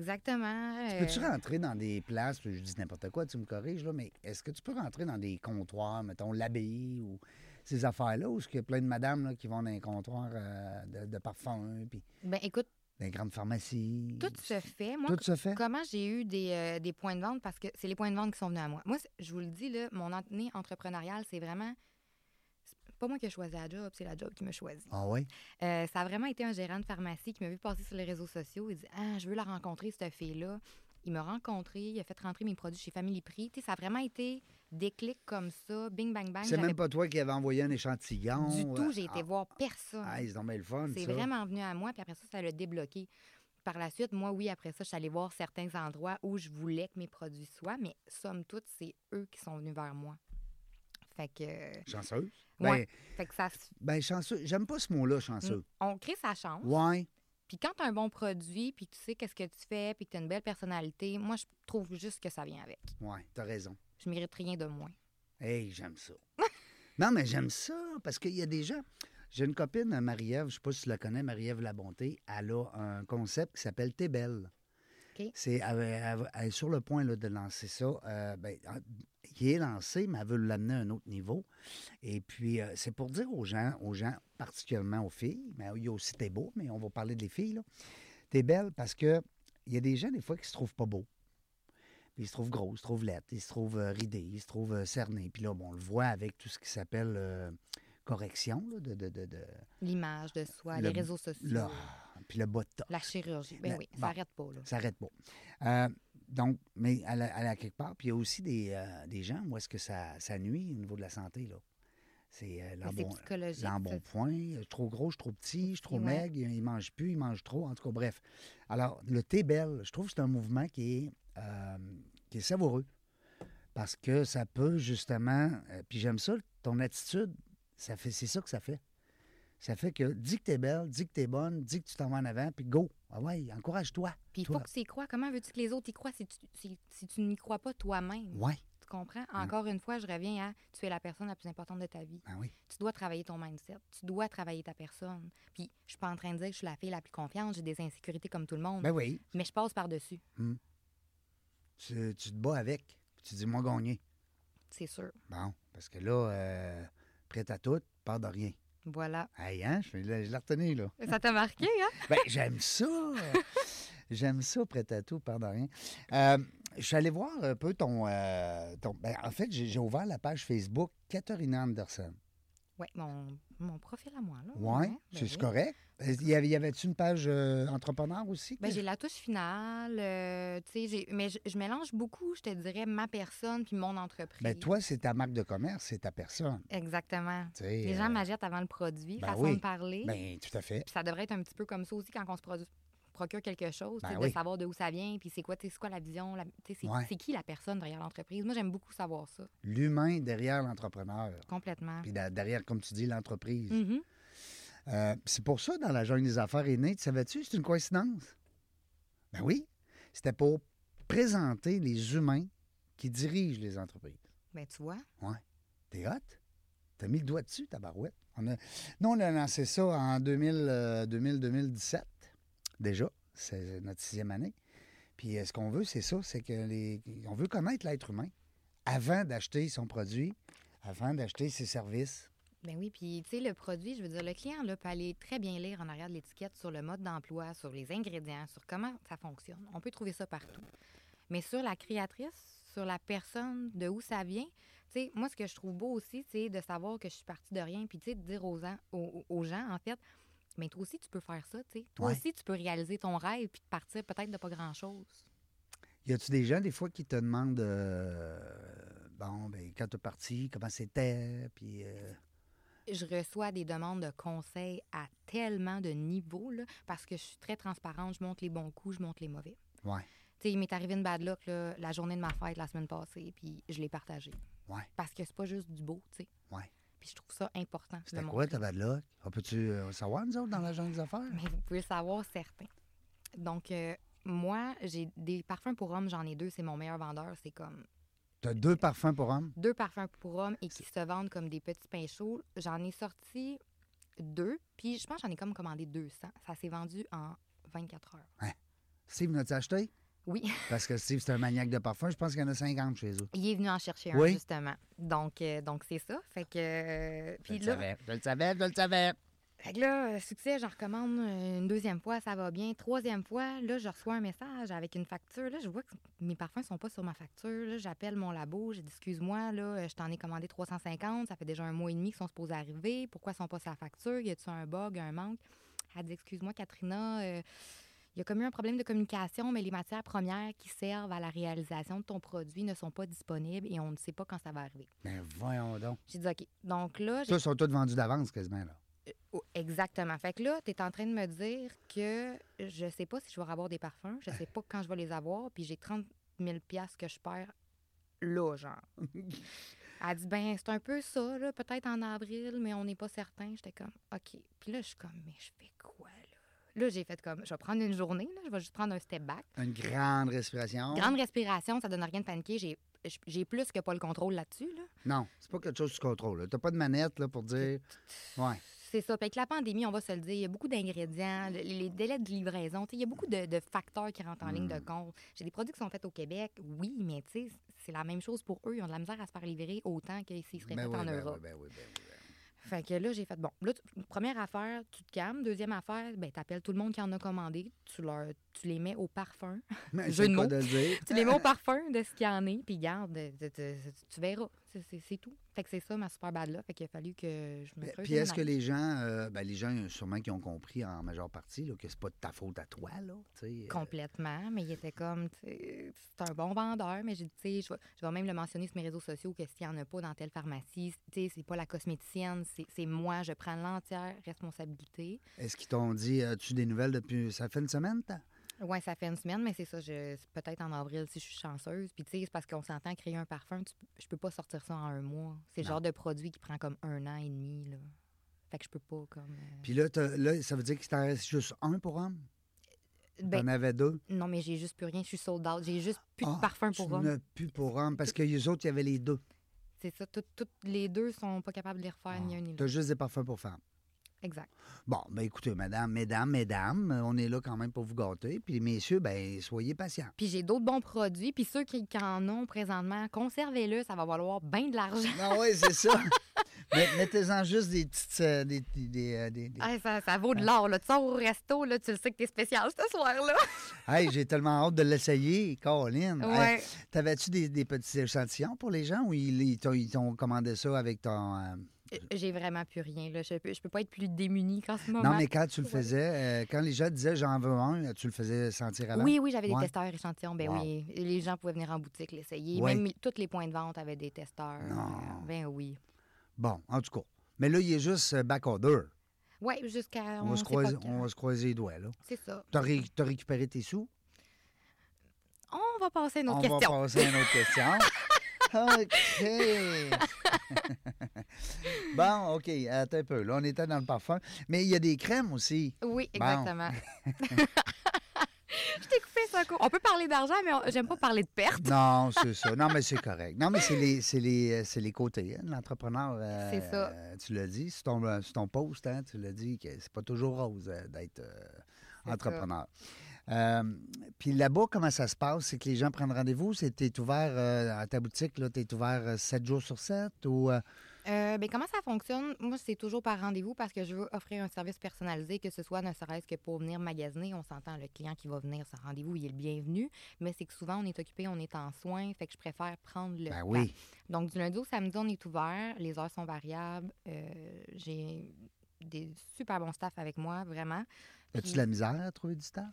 Exactement.
Peux-tu
euh,
rentrer dans des places, je dis n'importe quoi, tu me corriges, là, mais est-ce que tu peux rentrer dans des comptoirs, mettons l'abbaye ou ces affaires-là, ou est-ce qu'il y a plein de madames là, qui vont dans des comptoirs euh, de, de parfums, puis
Ben écoute,
dans les grandes pharmacies?
tout se fait. Moi,
Tout se fait?
Comment j'ai eu des, euh, des points de vente parce que c'est les points de vente qui sont venus à moi. Moi, c'est- je vous le dis, là, mon année entrepreneuriale, c'est vraiment. C'est pas moi qui ai choisi la job, c'est la job qui me choisit.
Ah oui?
Euh, ça a vraiment été un gérant de pharmacie qui m'a vu passer sur les réseaux sociaux. Il dit Ah, je veux la rencontrer, cette fille-là. Il m'a rencontré, il a fait rentrer mes produits chez Family Prix. Tu sais, ça a vraiment été des clics comme ça, bing, bang, bang.
C'est
Hein, J'avais
même pas toi qui avais envoyé un échantillon?
Du tout,
euh,
j'ai été
ah,
voir personne.
Ah, ils ont bien le fun,
C'est
ça.
vraiment venu à moi, puis après ça, ça l'a débloqué. Par la suite, moi, oui, après ça, je suis allée voir certains endroits où je voulais que mes produits soient, mais somme toute, c'est eux qui sont venus vers moi. Fait que,
Chanceuse? Ben,
ouais. fait que ça, se-
ben chanceux. J'aime pas ce mot-là, chanceux.
on crée sa chance.
Ouais.
Puis quand tu as un bon produit, puis tu sais qu'est-ce que tu fais, puis que tu as une belle personnalité, moi, je trouve juste que ça vient avec.
Ouais, t'as raison.
Je mérite rien de moins.
Hey, j'aime ça. Non, mais j'aime ça parce qu'il y a des gens. J'ai une copine, Marie-Ève, je ne sais pas si tu la connais, Marie-Ève Labonté. Elle a un concept qui s'appelle T'es belle.
OK.
C'est, elle, elle- elle est sur le point là, de lancer ça. euh, ben, en- qui est lancé, mais elle veut l'amener à un autre niveau. Et puis, euh, c'est pour dire aux gens, aux gens, particulièrement aux filles, mais il y a aussi T'es beau, mais on va parler des filles. là. T'es belle parce que il y a des gens, des fois, qui se trouvent pas beaux. Puis ils se trouvent gros, ils se trouvent laids, ils se trouvent euh, ridés, ils se trouvent euh, cernés. Puis là, bon, on le voit avec tout ce qui s'appelle euh, correction, là, de, de- de- de-
L'image de soi,
Le-
les réseaux sociaux,
là, puis le bas de top.
la chirurgie. Ben
Ben,
oui,
bon.
ça n'arrête pas, là.
Ça n'arrête pas. Euh, donc, mais elle a, elle a quelque part. Puis il y a aussi des, euh, des gens où est-ce que ça, ça nuit au niveau de la santé, là. C'est euh,
Mais C'est
l'embon-
psychologique. ça.
l'embonpoint, je suis Euh, trop gros, je suis trop petit, je suis trop
Ouais.
maigre, il mange plus, il mange trop, en tout cas, bref. Alors, le thé belle, je trouve que c'est un mouvement qui est, euh, qui est savoureux parce que ça peut justement. euh, puis j'aime ça, ton attitude, ça fait, c'est ça que ça fait. Ça fait que dis que t'es belle, dis que t'es bonne, dis que tu t'en vas en avant, puis go. Ah ouais, encourage-toi.
Puis il faut
Toi.
que tu y crois. Comment veux-tu que les autres y croient si tu, si, si tu n'y crois pas toi-même?
Ouais,
Tu comprends?
Mm.
Encore une fois, je reviens à tu es la personne la plus importante de ta vie.
ben oui.
Tu dois travailler ton mindset. Tu dois travailler ta personne. Puis je suis pas en train de dire que je suis la fille la plus confiante, j'ai des insécurités comme tout le monde,
Ben oui,
mais je passe par-dessus,
tu, tu te bats avec, puis tu dis moi gagner.
c'est sûr.
Bon, parce que là, euh, prête à tout, peur de rien.
Voilà.
Hey, hein, je, l'ai- je l'ai retenu, là.
Ça t'a marqué, hein?
Ben, j'aime ça. j'aime ça, prêt à tout, pardon rien. Euh, je suis allé voir un peu ton. euh, ton- ben, en fait, j'ai j'ai ouvert la page Facebook Katharina Anderson.
Oui, mon, mon profil à moi, là.
Ouais,
hein, ben
c'est
oui.
correct. Euh, Y avait- y avait-tu une page euh, entrepreneur aussi?
Ben, j'ai la touche finale, euh, tu sais, j'ai- mais je, je mélange beaucoup, je te dirais, ma personne puis mon entreprise.
Ben, toi, c'est ta marque de commerce, c'est ta personne.
Exactement.
tu sais,
Les
euh,
gens m'achètent avant le produit,
ben
façon
oui.
de parler.
Ben, tout à fait.
Puis ça devrait être un petit peu comme ça aussi quand on se produ- procure quelque chose,
Ben
c'est
oui.
de savoir d'où ça vient, puis c'est quoi, tu sais, c'est quoi la vision, la- tu sais, c'est
Ouais.
c'est qui la personne derrière l'entreprise. Moi, j'aime beaucoup savoir ça,
L'humain derrière l'entrepreneur.
complètement.
Puis da- derrière, comme tu dis, l'entreprise.
Mhm.
Euh, c'est pour ça, dans la jungle des affaires est née, tu savais-tu, c'est une coïncidence? Ben oui, c'était pour présenter les humains qui dirigent les entreprises.
Ben, tu vois,
T'es hot? T'as mis le doigt dessus, ta barouette. On a... Nous, on a lancé ça en 2000, euh, 2000, 2017, déjà. C'est notre sixième année. Puis euh, ce qu'on veut, c'est ça, c'est que les... on veut connaître l'être humain avant d'acheter son produit, avant d'acheter ses services.
ben oui, puis tu sais, le produit, je veux dire, le client là, peut aller très bien lire en arrière de l'étiquette sur le mode d'emploi, sur les ingrédients, sur comment ça fonctionne. On peut trouver ça partout. Mais sur la créatrice, sur la personne, de où ça vient, tu sais, moi, ce que je trouve beau aussi, c'est de savoir que je suis partie de rien, puis tu sais, de dire aux, gens- aux, aux gens, en fait, mais toi aussi, tu peux faire ça, tu sais. Toi
Ouais.
aussi, tu peux réaliser ton rêve, puis de partir peut-être de pas grand-chose.
Y a-tu des gens, des fois, qui te demandent euh, Bon, ben, quand t'es parti, comment c'était Puis. euh,
je reçois des demandes de conseils à tellement de niveaux, là, parce que je suis très transparente, je montre les bons coups, je montre les mauvais.
Ouais.
Tu sais, il m'est arrivé une bad luck là, la journée de ma fête la semaine passée, puis je l'ai partagée.
Ouais.
Parce que c'est pas juste du beau, tu sais.
Ouais.
Puis je trouve ça important. de
C'était
montrer.
quoi, ta bad luck? On peut-tu euh, savoir, nous autres, dans la jungle des affaires?
Mais vous pouvez le savoir certains. Donc, euh, moi, j'ai des parfums pour hommes, j'en ai deux, c'est mon meilleur vendeur. C'est comme
T'as deux parfums pour hommes?
deux parfums pour hommes et qui se vendent comme des petits pains chauds. J'en ai sorti deux, puis je pense que j'en ai comme commandé 200. Ça s'est vendu en 24 heures.
Steve, n'as-tu acheté?
Oui,
Parce que Steve, c'est un maniaque de parfums. Je pense qu'il y en a 50 chez eux.
il est venu en chercher un,
Oui.
justement. Donc, euh, donc c'est ça. Fait que, euh, puis là,
je le savais, je le savais.
fait que là, euh, succès, j'en recommande euh, une deuxième fois, ça va bien. Troisième fois, là, je reçois un message avec une facture. Là, je vois que mes parfums sont pas sur ma facture. Là, j'appelle mon labo, je dis excuse-moi, là, euh, je t'en ai commandé 350, ça fait déjà un mois et demi qu'ils sont supposés arriver. Pourquoi ils sont pas sur la facture? Y a-tu un bug, un manque? Elle dit excuse-moi, Katrina, euh, il y a comme eu un problème de communication, mais les matières premières qui servent à la réalisation de ton produit ne sont pas disponibles et on ne sait pas quand ça va arriver.
Mais Ben, voyons donc.
J'ai dit OK. Donc là, j'ai
Ça, ils sont tous vendus d'avance, quasiment, là.
Oh, exactement. Fait que là, tu es en train de me dire que je sais pas si je vais avoir des parfums, je sais pas quand je vais les avoir, puis j'ai 30 000 piastres que je perds là, genre. Elle dit, ben, c'est un peu ça, là, peut-être en avril, mais on n'est pas certain. J'étais comme, OK. Puis là, je suis comme, mais je fais quoi, là? Là, j'ai fait comme, je vais prendre une journée, là, je vais juste prendre un step back.
Une grande respiration.
Grande respiration, ça donne rien de paniquer. J'ai j- j'ai plus que pas le contrôle là-dessus. Là.
Non, c'est pas quelque chose que tu contrôles. Tu n'as pas de manette là, pour dire. Ouais.
C'est ça. Fait que la pandémie, on va se le dire, il y a beaucoup d'ingrédients, le- les délais de livraison, tu sais, il y a beaucoup de, de facteurs qui rentrent en ligne
Hmm.
de compte. J'ai des produits qui sont faits au Québec, oui, mais tu sais, c'est la même chose pour eux. Ils ont de la misère à se faire livrer autant que s'ils seraient
Ben
faits
oui,
en
ben
Europe.
oui, ben oui, ben oui, ben oui.
Fait que là, j'ai fait, bon, là, tu- première affaire, tu te calmes. Deuxième affaire, ben, t'appelles tout le monde qui en a commandé, tu, leur, tu les mets au parfum.
Mais
Jeu
c'est
de
quoi
mots.
le dire.
tu les mets au parfum de ce qu'il y en est, puis garde, tu, tu- tu verras. C'est- C'est c'est tout. Fait que c'est ça, ma super bad là. Fait qu'il a fallu que je me
Mais-
creuse
Ben, Puis
une
est-ce que
marque.
les gens, euh, ben, les gens euh, sûrement qui ont compris en majeure partie là, que c'est pas de ta faute à toi, là. tu sais, euh,
Complètement, mais il était comme, tu sais, c'est un bon vendeur, mais j'ai dit, tu sais, je vais- je vais même le mentionner sur mes réseaux sociaux que s'il n'y en a pas dans telle pharmacie, tu sais, c'est pas la cosméticienne, c'est- c'est moi, je prends l'entière responsabilité.
Est-ce qu'ils t'ont dit, euh, as-tu des nouvelles depuis ça fait une semaine, t'as?
Ouais, ça fait une semaine, mais c'est ça, je, c'est peut-être en avril si je suis chanceuse. Puis tu sais, c'est parce qu'on s'entend créer un parfum, tu peux- je peux pas sortir ça en un mois. C'est le
Non.
genre de produit qui prend comme un an et demi, là. Fait que je peux pas comme. euh,
Puis là, t'as- là, ça veut dire qu'il t'en reste juste un pour homme?
ben,
T'en avais deux?
non, mais j'ai juste plus rien, je suis sold out. J'ai juste plus
Euh, Ah,
de parfum
Tu
pour homme.
n'as plus pour homme, parce que les autres, il y avait les deux.
C'est ça, tout- toutes les deux sont pas capables de les refaire, ni un ni
Tu
l'autre.
as juste des parfums pour femmes.
Exact.
Bon, ben écoutez, madame, mesdames, mesdames, euh, on est là quand même pour vous gâter. Puis messieurs, ben soyez patients.
Puis j'ai d'autres bons produits, puis ceux qui, qui en ont présentement, conservez-le, ça va valoir bien de l'argent.
Non, oui, Ah c'est ça. Mais Mettez-en juste des petites... euh, des, des- des, euh, des- des-
Ah, ça, ça vaut de l'or, là. Tu sors au resto, là, tu le sais que t'es spécial ce soir-là.
Hey, j'ai tellement hâte de l'essayer, Caroline. Hey,
Ouais.
T'avais-tu des, des petits échantillons pour les gens ou ils ils t'ont- ils t'ont commandé ça avec ton... euh,
Euh, J'ai vraiment plus rien. Là. Je peux, je peux pas être plus démunie qu'en ce moment.
Non, mais quand tu le faisais, euh, quand les gens disaient j'en veux un, euh, tu le faisais sentir à l'heure?
Oui, oui, j'avais
Ouais.
des testeurs échantillons. Ben
Wow.
oui, les gens pouvaient venir en boutique l'essayer.
Ouais.
Même tous les points de vente avaient des testeurs.
Non.
Ben oui.
Bon, en tout cas. Mais là, il est juste euh, back-order.
Ouais, jusqu'à.
On, va se
sait Ah, pas
croiser,
quand.
on va se croiser les doigts, là.
C'est ça.
T'as ré- t'as récupéré tes sous?
On va passer à une autre
on
question.
va passer à une autre question. OK. bon, OK. Attends un peu. Là, on était dans le parfum. Mais il y a des crèmes aussi.
Oui,
Bon.
exactement. je t'ai coupé ça court. On peut parler d'argent, mais on- j'aime pas parler de perte.
Non, c'est ça. Non, mais c'est correct. Non, mais c'est les, c'est les, euh, c'est les côtés. hein, de L'entrepreneur, euh,
C'est ça.
euh, tu l'as dit, sur ton, euh, sur ton post, hein, tu l'as dit que c'est pas toujours rose euh, d'être euh,
ça.
entrepreneur. Euh, Puis là-bas, comment ça se passe? C'est que les gens prennent rendez-vous? C'est tu es ouvert euh, à ta boutique, tu es ouvert 7 jours sur 7? Ou, euh,
Euh, ben, comment ça fonctionne? Moi, c'est toujours par rendez-vous parce que je veux offrir un service personnalisé, que ce soit ne serait-ce que pour venir magasiner. On s'entend, le client qui va venir sans rendez-vous, il est le bienvenu. Mais c'est que souvent, on est occupé, on est en soins, fait que je préfère prendre le
Ben
temps.
oui.
Donc, du lundi au samedi, on est ouvert. Les heures sont variables. Euh, J'ai des super bons staffs avec moi, vraiment.
As-tu de la misère à trouver du staff?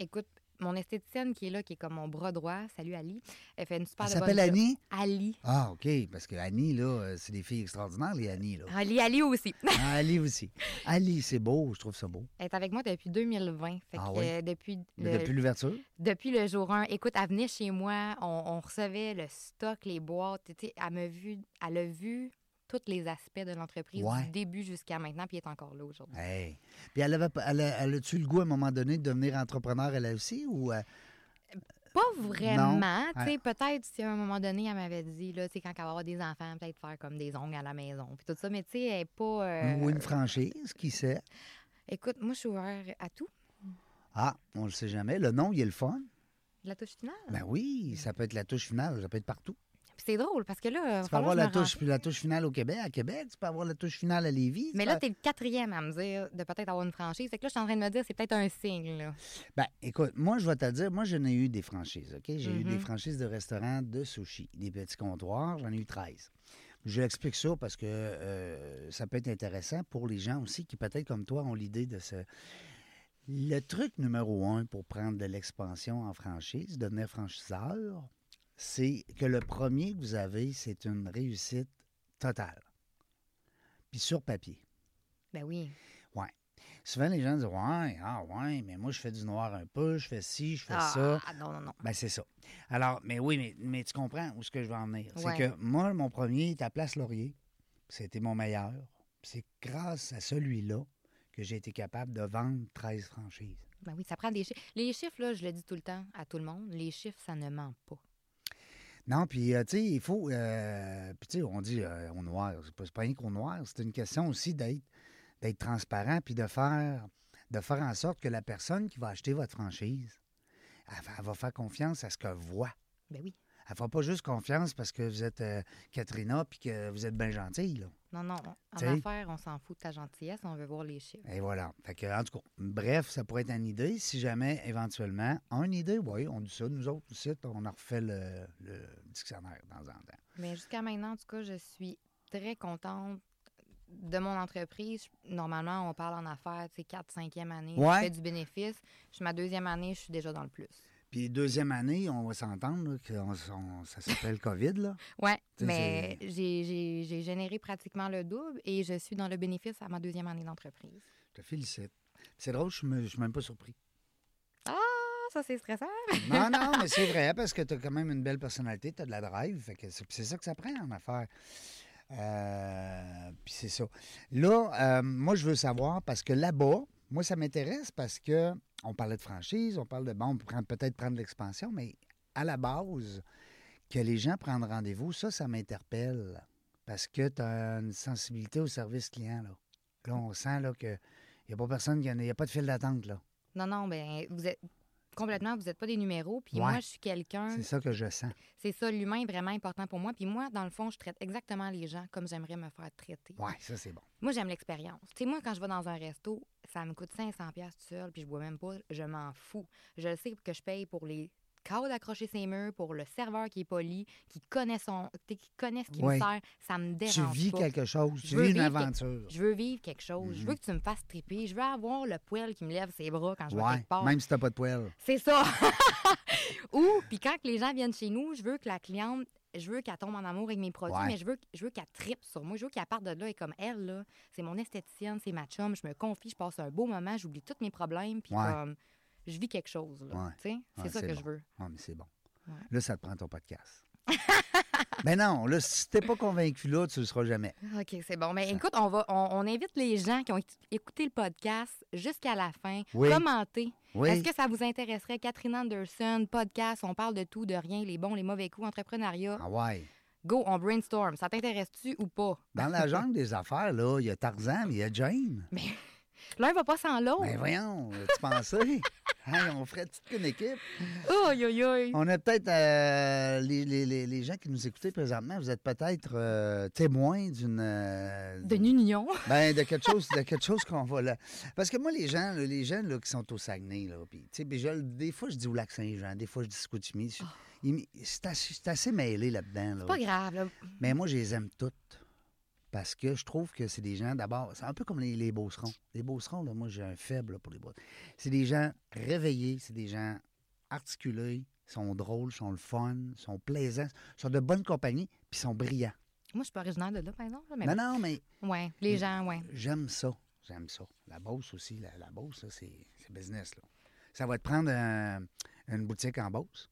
Écoute, mon esthéticienne qui est là, qui est comme mon bras droit, salut Ali, elle fait une super
Elle
de bonne
s'appelle
job.
Annie?
Ali.
Ah, OK. Parce que Annie, là, euh, c'est des filles extraordinaires, les Annie. Là.
Ali, Ali aussi.
Ah, Ali aussi. Ali, c'est beau. Je trouve ça beau.
Elle est avec moi depuis 2020. Fait
Ah
que,
oui?
euh, depuis,
Mais
le,
Depuis l'ouverture?
depuis le jour 1, écoute, elle venait chez moi, on, on recevait le stock, les boîtes. tu sais, Elle m'a vu, elle a vu tous les aspects de l'entreprise
Ouais.
du début jusqu'à maintenant, puis elle est encore là aujourd'hui.
Hey. Puis elle avait, elle, a- elle a-tu le goût à un moment donné de devenir entrepreneur elle aussi ou euh,
Pas vraiment.
Ouais.
tu sais, Peut-être si à un moment donné, elle m'avait dit, là, tu sais, quand elle va avoir des enfants, peut-être faire comme des ongles à la maison, puis tout ça. Mais tu sais, elle est pas. euh,
ou une franchise, qui sait
Écoute, moi, je suis ouvert à tout.
Ah, on le sait jamais. Le nom, il est le fun.
La touche finale.
Ben oui, ça peut être la touche finale, ça peut être partout.
Puis c'est drôle parce que là,
Tu peux
vraiment,
avoir
je
la
me rends-
touche, la touche finale au Québec, à Québec, tu peux avoir la touche finale à Lévis. tu
Mais
peux-
là, t'es le quatrième à me dire de peut-être avoir une franchise. Fait que là, je suis en train de me dire, c'est peut-être un signe, là.
Ben, écoute, moi, je vais te le dire, moi, j'en ai eu des franchises, OK? J'ai eu des
Mhm.
franchises de restaurants de sushi, des petits comptoirs, j'en ai eu 13. Je l'explique ça parce que euh, ça peut être intéressant pour les gens aussi qui, peut-être comme toi, ont l'idée de ce... Le truc numéro un pour prendre de l'expansion en franchise, devenir franchiseur, c'est que le premier que vous avez, c'est une réussite totale. Puis sur papier.
Ben oui.
Souvent, les gens disent Ouais, ah ouais, mais moi, je fais du noir un peu, je fais ci, je fais
ah,
ça.
non, non, non.
Ben, c'est ça. Alors, mais oui, mais, mais tu comprends où ce que je veux en venir. C'est
Ouais.
que moi, mon premier était à Place Laurier. C'était mon meilleur. C'est grâce à celui-là que j'ai été capable de vendre 13 franchises.
Ben oui, ça prend des chiffres. Les chiffres, là, je le dis tout le temps à tout le monde, les chiffres, ça ne ment pas.
Non, puis, euh, tu sais, il faut. euh, puis, tu sais, on dit euh, au noir. C'est pas, c'est pas rien qu'au noir. C'est une question aussi d'être d'être transparent puis de faire, de faire en sorte que la personne qui va acheter votre franchise, elle, va- elle va faire confiance à ce qu'elle voit.
Ben oui.
Elle ne fera pas juste confiance parce que vous êtes euh, Katrina puis que vous êtes bien gentille. là.
Non, non. En
T'sais.
affaires, on s'en fout de ta gentillesse, on veut voir les chiffres.
Et voilà. Fait que, en tout cas, bref, ça pourrait être une idée. Si jamais, éventuellement, une idée, oui, on dit ça, nous autres, ici, on en refait le, le dictionnaire dans un temps.
Mais jusqu'à maintenant, en tout cas, je suis très contente de mon entreprise. Je- Normalement, on parle en affaires, tu sais, 4 5e année,
Ouais.
je fais du bénéfice. Je suis ma deuxième année, je suis déjà dans le plus.
Puis deuxième année, on va s'entendre là, que on- on- ça s'appelle COVID, là.
Ouais,
Tu sais,
mais j'ai- j'ai j'ai généré pratiquement le double et je suis dans le bénéfice à ma deuxième année d'entreprise.
Je te félicite. C'est drôle, je ne suis même pas surpris.
Ah, ça, c'est stressant.
Non, non, mais c'est vrai, parce que tu as quand même une belle personnalité, tu as de la drive. fait que c'est c'est ça que ça prend en affaires. Euh, puis c'est ça. Là, euh, moi, je veux savoir, parce que là-bas, moi, ça m'intéresse parce que on parlait de franchise, on parle de, bon, on pourrait peut-être prendre l'expansion, mais à la base, que les gens prennent rendez-vous, ça, ça m'interpelle. Parce que tu as une sensibilité au service client, là. Là, on sent, là, que il n'y a pas personne, il n'y a pas de file d'attente, là.
Non, non, ben vous êtes complètement, vous n'êtes pas des numéros. Puis
Ouais.
moi, je suis quelqu'un.
C'est ça que je sens.
C'est ça, l'humain est vraiment important pour moi. Puis moi, dans le fond, je traite exactement les gens comme j'aimerais me faire traiter.
Ouais, ça, c'est bon.
Moi, j'aime l'expérience. Tu sais, moi, quand je vais dans un resto, ça me coûte 500 pièces tout seul, puis je bois même pas, je m'en fous. Je sais que je paye pour les cadres accrochés ses murs, pour le serveur qui est poli, qui connaît son, tu sais, qui connaît ce qu'il
Ouais.
me sert. Ça me dérange
Tu vis
pas.
quelque chose,
Je
tu
veux
vis une
vivre que-
aventure.
Je veux vivre quelque chose. Je
Mm-hmm.
veux que tu me fasses triper. Je veux avoir le poêle qui me lève ses bras quand je vais
Ouais,
quelque part.
même si t'as pas de poêle.
C'est ça. Ou, puis quand que les gens viennent chez nous, je veux que la cliente, je veux qu'elle tombe en amour avec mes produits,
Ouais.
mais je veux, je veux qu'elle tripe sur moi. Je veux qu'elle parte de là et comme elle, là, c'est mon esthéticienne, c'est ma chum, je me confie, je passe un beau moment, j'oublie tous mes problèmes, puis
Ouais.
comme, je vis quelque chose, là.
Ouais.
Tu sais, c'est
Ouais,
ça
c'est
que
bon.
je veux.
Ah, mais c'est bon.
Ouais.
Là, ça te prend ton podcast. Mais non, là, si t'es pas convaincu là, tu le seras jamais.
OK, c'est bon. Mais écoute, on, va, on, on invite les gens qui ont éc- écouté le podcast jusqu'à la fin.
Oui.
Commentez.
Oui.
Est-ce que ça vous intéresserait? Catherine Anderson, podcast, on parle de tout, de rien, les bons, les mauvais coups, entrepreneuriat.
Ah ouais.
Go, on brainstorm. Ça t'intéresse-tu ou pas?
Dans la jungle des affaires, là, il y a Tarzan, mais il y a Jane.
L'un va pas sans l'autre.
Mais Ben voyons, tu pensais? Hey, on ferait toute une équipe.
Aïe, aïe, aïe.
On a peut-être euh, les, les- les- les gens qui nous écoutez présentement, vous êtes peut-être euh, témoins d'une euh,
D'une union.
Ben, de quelque chose, de quelque chose qu'on va là. Parce que moi, les gens, là, les jeunes là, qui sont au Saguenay, là, puis, tu sais, puis je le- des fois, je dis au Lac-Saint-Jean, des fois, je dis Scoutimi. Je- il m- C'est assez, c'est assez mêlé là-dedans. là.
Ah. Pas grave, là.
Mais moi, je les aime toutes. Parce que je trouve que c'est des gens, d'abord, c'est un peu comme les, les beaucerons. Les beaucerons, là, moi, j'ai un faible là, pour les beaucerons. C'est des gens réveillés, c'est des gens articulés, sont drôles, sont le fun, sont plaisants, sont de bonne compagnie, puis sont brillants.
Moi, je suis pas originaire de là, par exemple. là, Mais
Non, non, Mm. mais
Ouais, les gens, ouais.
J'aime ça. J'aime ça. La Beauce aussi. La, la Beauce, là, c'est c'est business. Là. Ça va te prendre un- une boutique en Beauce.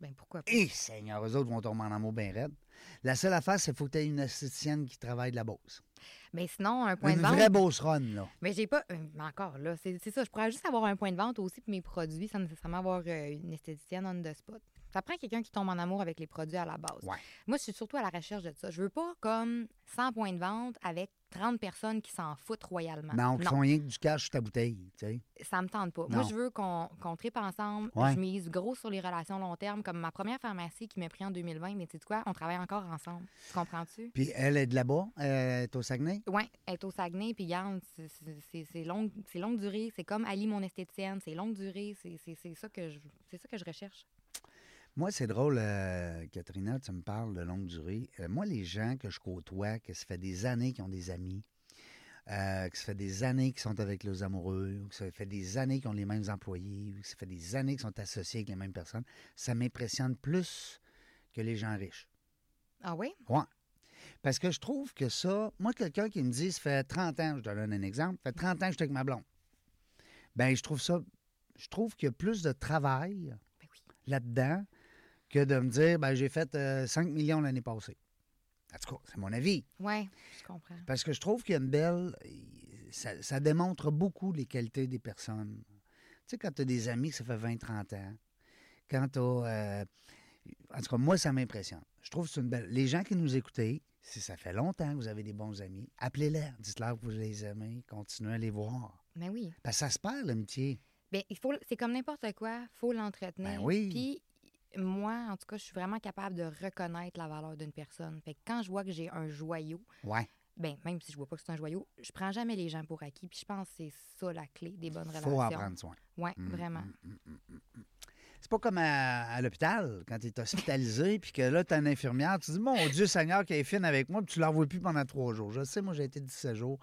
Ben, pourquoi pas?
Et Seigneur, eux autres vont tomber en amour bien raide. La seule affaire, c'est qu'il faut que tu aies une esthéticienne qui travaille de la Beauce.
Mais Ben, sinon, un point
une
de vente.
vraie Beauceronne, là.
Mais j'ai pas. euh, Mais encore, là. C'est c'est ça. Je pourrais juste avoir un point de vente aussi pour mes produits sans nécessairement avoir euh, une esthéticienne on the spot. Ça prend quelqu'un qui tombe en amour avec les produits à la base.
Ouais.
Moi, je suis surtout à la recherche de ça. Je veux pas comme 100 points de vente avec 30 personnes qui s'en foutent royalement.
Non, qui font rien que du cash sur ta bouteille. tu sais.
ça me tente pas.
Non.
Moi, je veux qu'on qu'on tripe ensemble.
Ouais.
Je mise gros sur les relations long terme, comme ma première pharmacie qui m'a pris en 2020. Mais tu sais quoi, on travaille encore ensemble. Tu comprends-tu?
Puis elle est de là-bas, elle est au Saguenay.
Oui, être au Saguenay, puis garde, c'est- c'est c'est longue, c'est longue durée. C'est comme Ali, mon esthéticienne, c'est longue durée. C'est- C'est c'est ça, que je- c'est ça que je recherche.
Moi, c'est drôle, euh, Katrina, tu me parles de longue durée. Euh, moi, les gens que je côtoie, que ça fait des années qu'ils ont des amis, euh, que ça fait des années qu'ils sont avec leurs amoureux, ou que ça fait des années qu'ils ont les mêmes employés, ou que ça fait des années qu'ils sont associés avec les mêmes personnes, ça m'impressionne plus que les gens riches.
Ah oui?
Parce que je trouve que ça, moi, quelqu'un qui me dit, ça fait 30 ans, je te donne un exemple, ça fait 30 ans que je suis avec ma blonde. Ben, je trouve ça, je trouve qu'il y a plus de travail
Ben oui.
là-dedans que de me dire, ben, j'ai fait euh, 5 millions l'année passée. En tout cas, c'est mon avis.
Ouais, je comprends.
Parce que je trouve qu'il y a une belle. Ça, ça démontre beaucoup les qualités des personnes. Tu sais, quand tu as des amis que ça fait 20-30 ans, quand tu as euh, En tout cas, moi, ça m'impressionne. Je trouve que c'est une belle. Les gens qui nous écoutaient, si ça fait longtemps que vous avez des bons amis, appelez-les. Dites-leur que vous les aimez. Continuez à les voir.
Mais Ben oui.
Parce que ça se perd, l'amitié.
Bien, Ben, il faut, c'est comme n'importe quoi, faut l'entretenir.
Ben oui.
Puis moi, en tout cas, je suis vraiment capable de reconnaître la valeur d'une personne. Fait que quand je vois que j'ai un joyau,
Ouais.
ben même si je vois pas que c'est un joyau, je prends jamais les gens pour acquis. Puis je pense que c'est ça la clé des bonnes
Il
relations.
faut en prendre soin.
Ouais, vraiment.
C'est pas comme à, à l'hôpital, quand tu es hospitalisé, puis que là, tu as une infirmière, tu dis Mon Dieu Seigneur, qu'elle est fine avec moi, puis tu ne l'envoies plus pendant trois jours. Je sais, moi, j'ai été 17 jours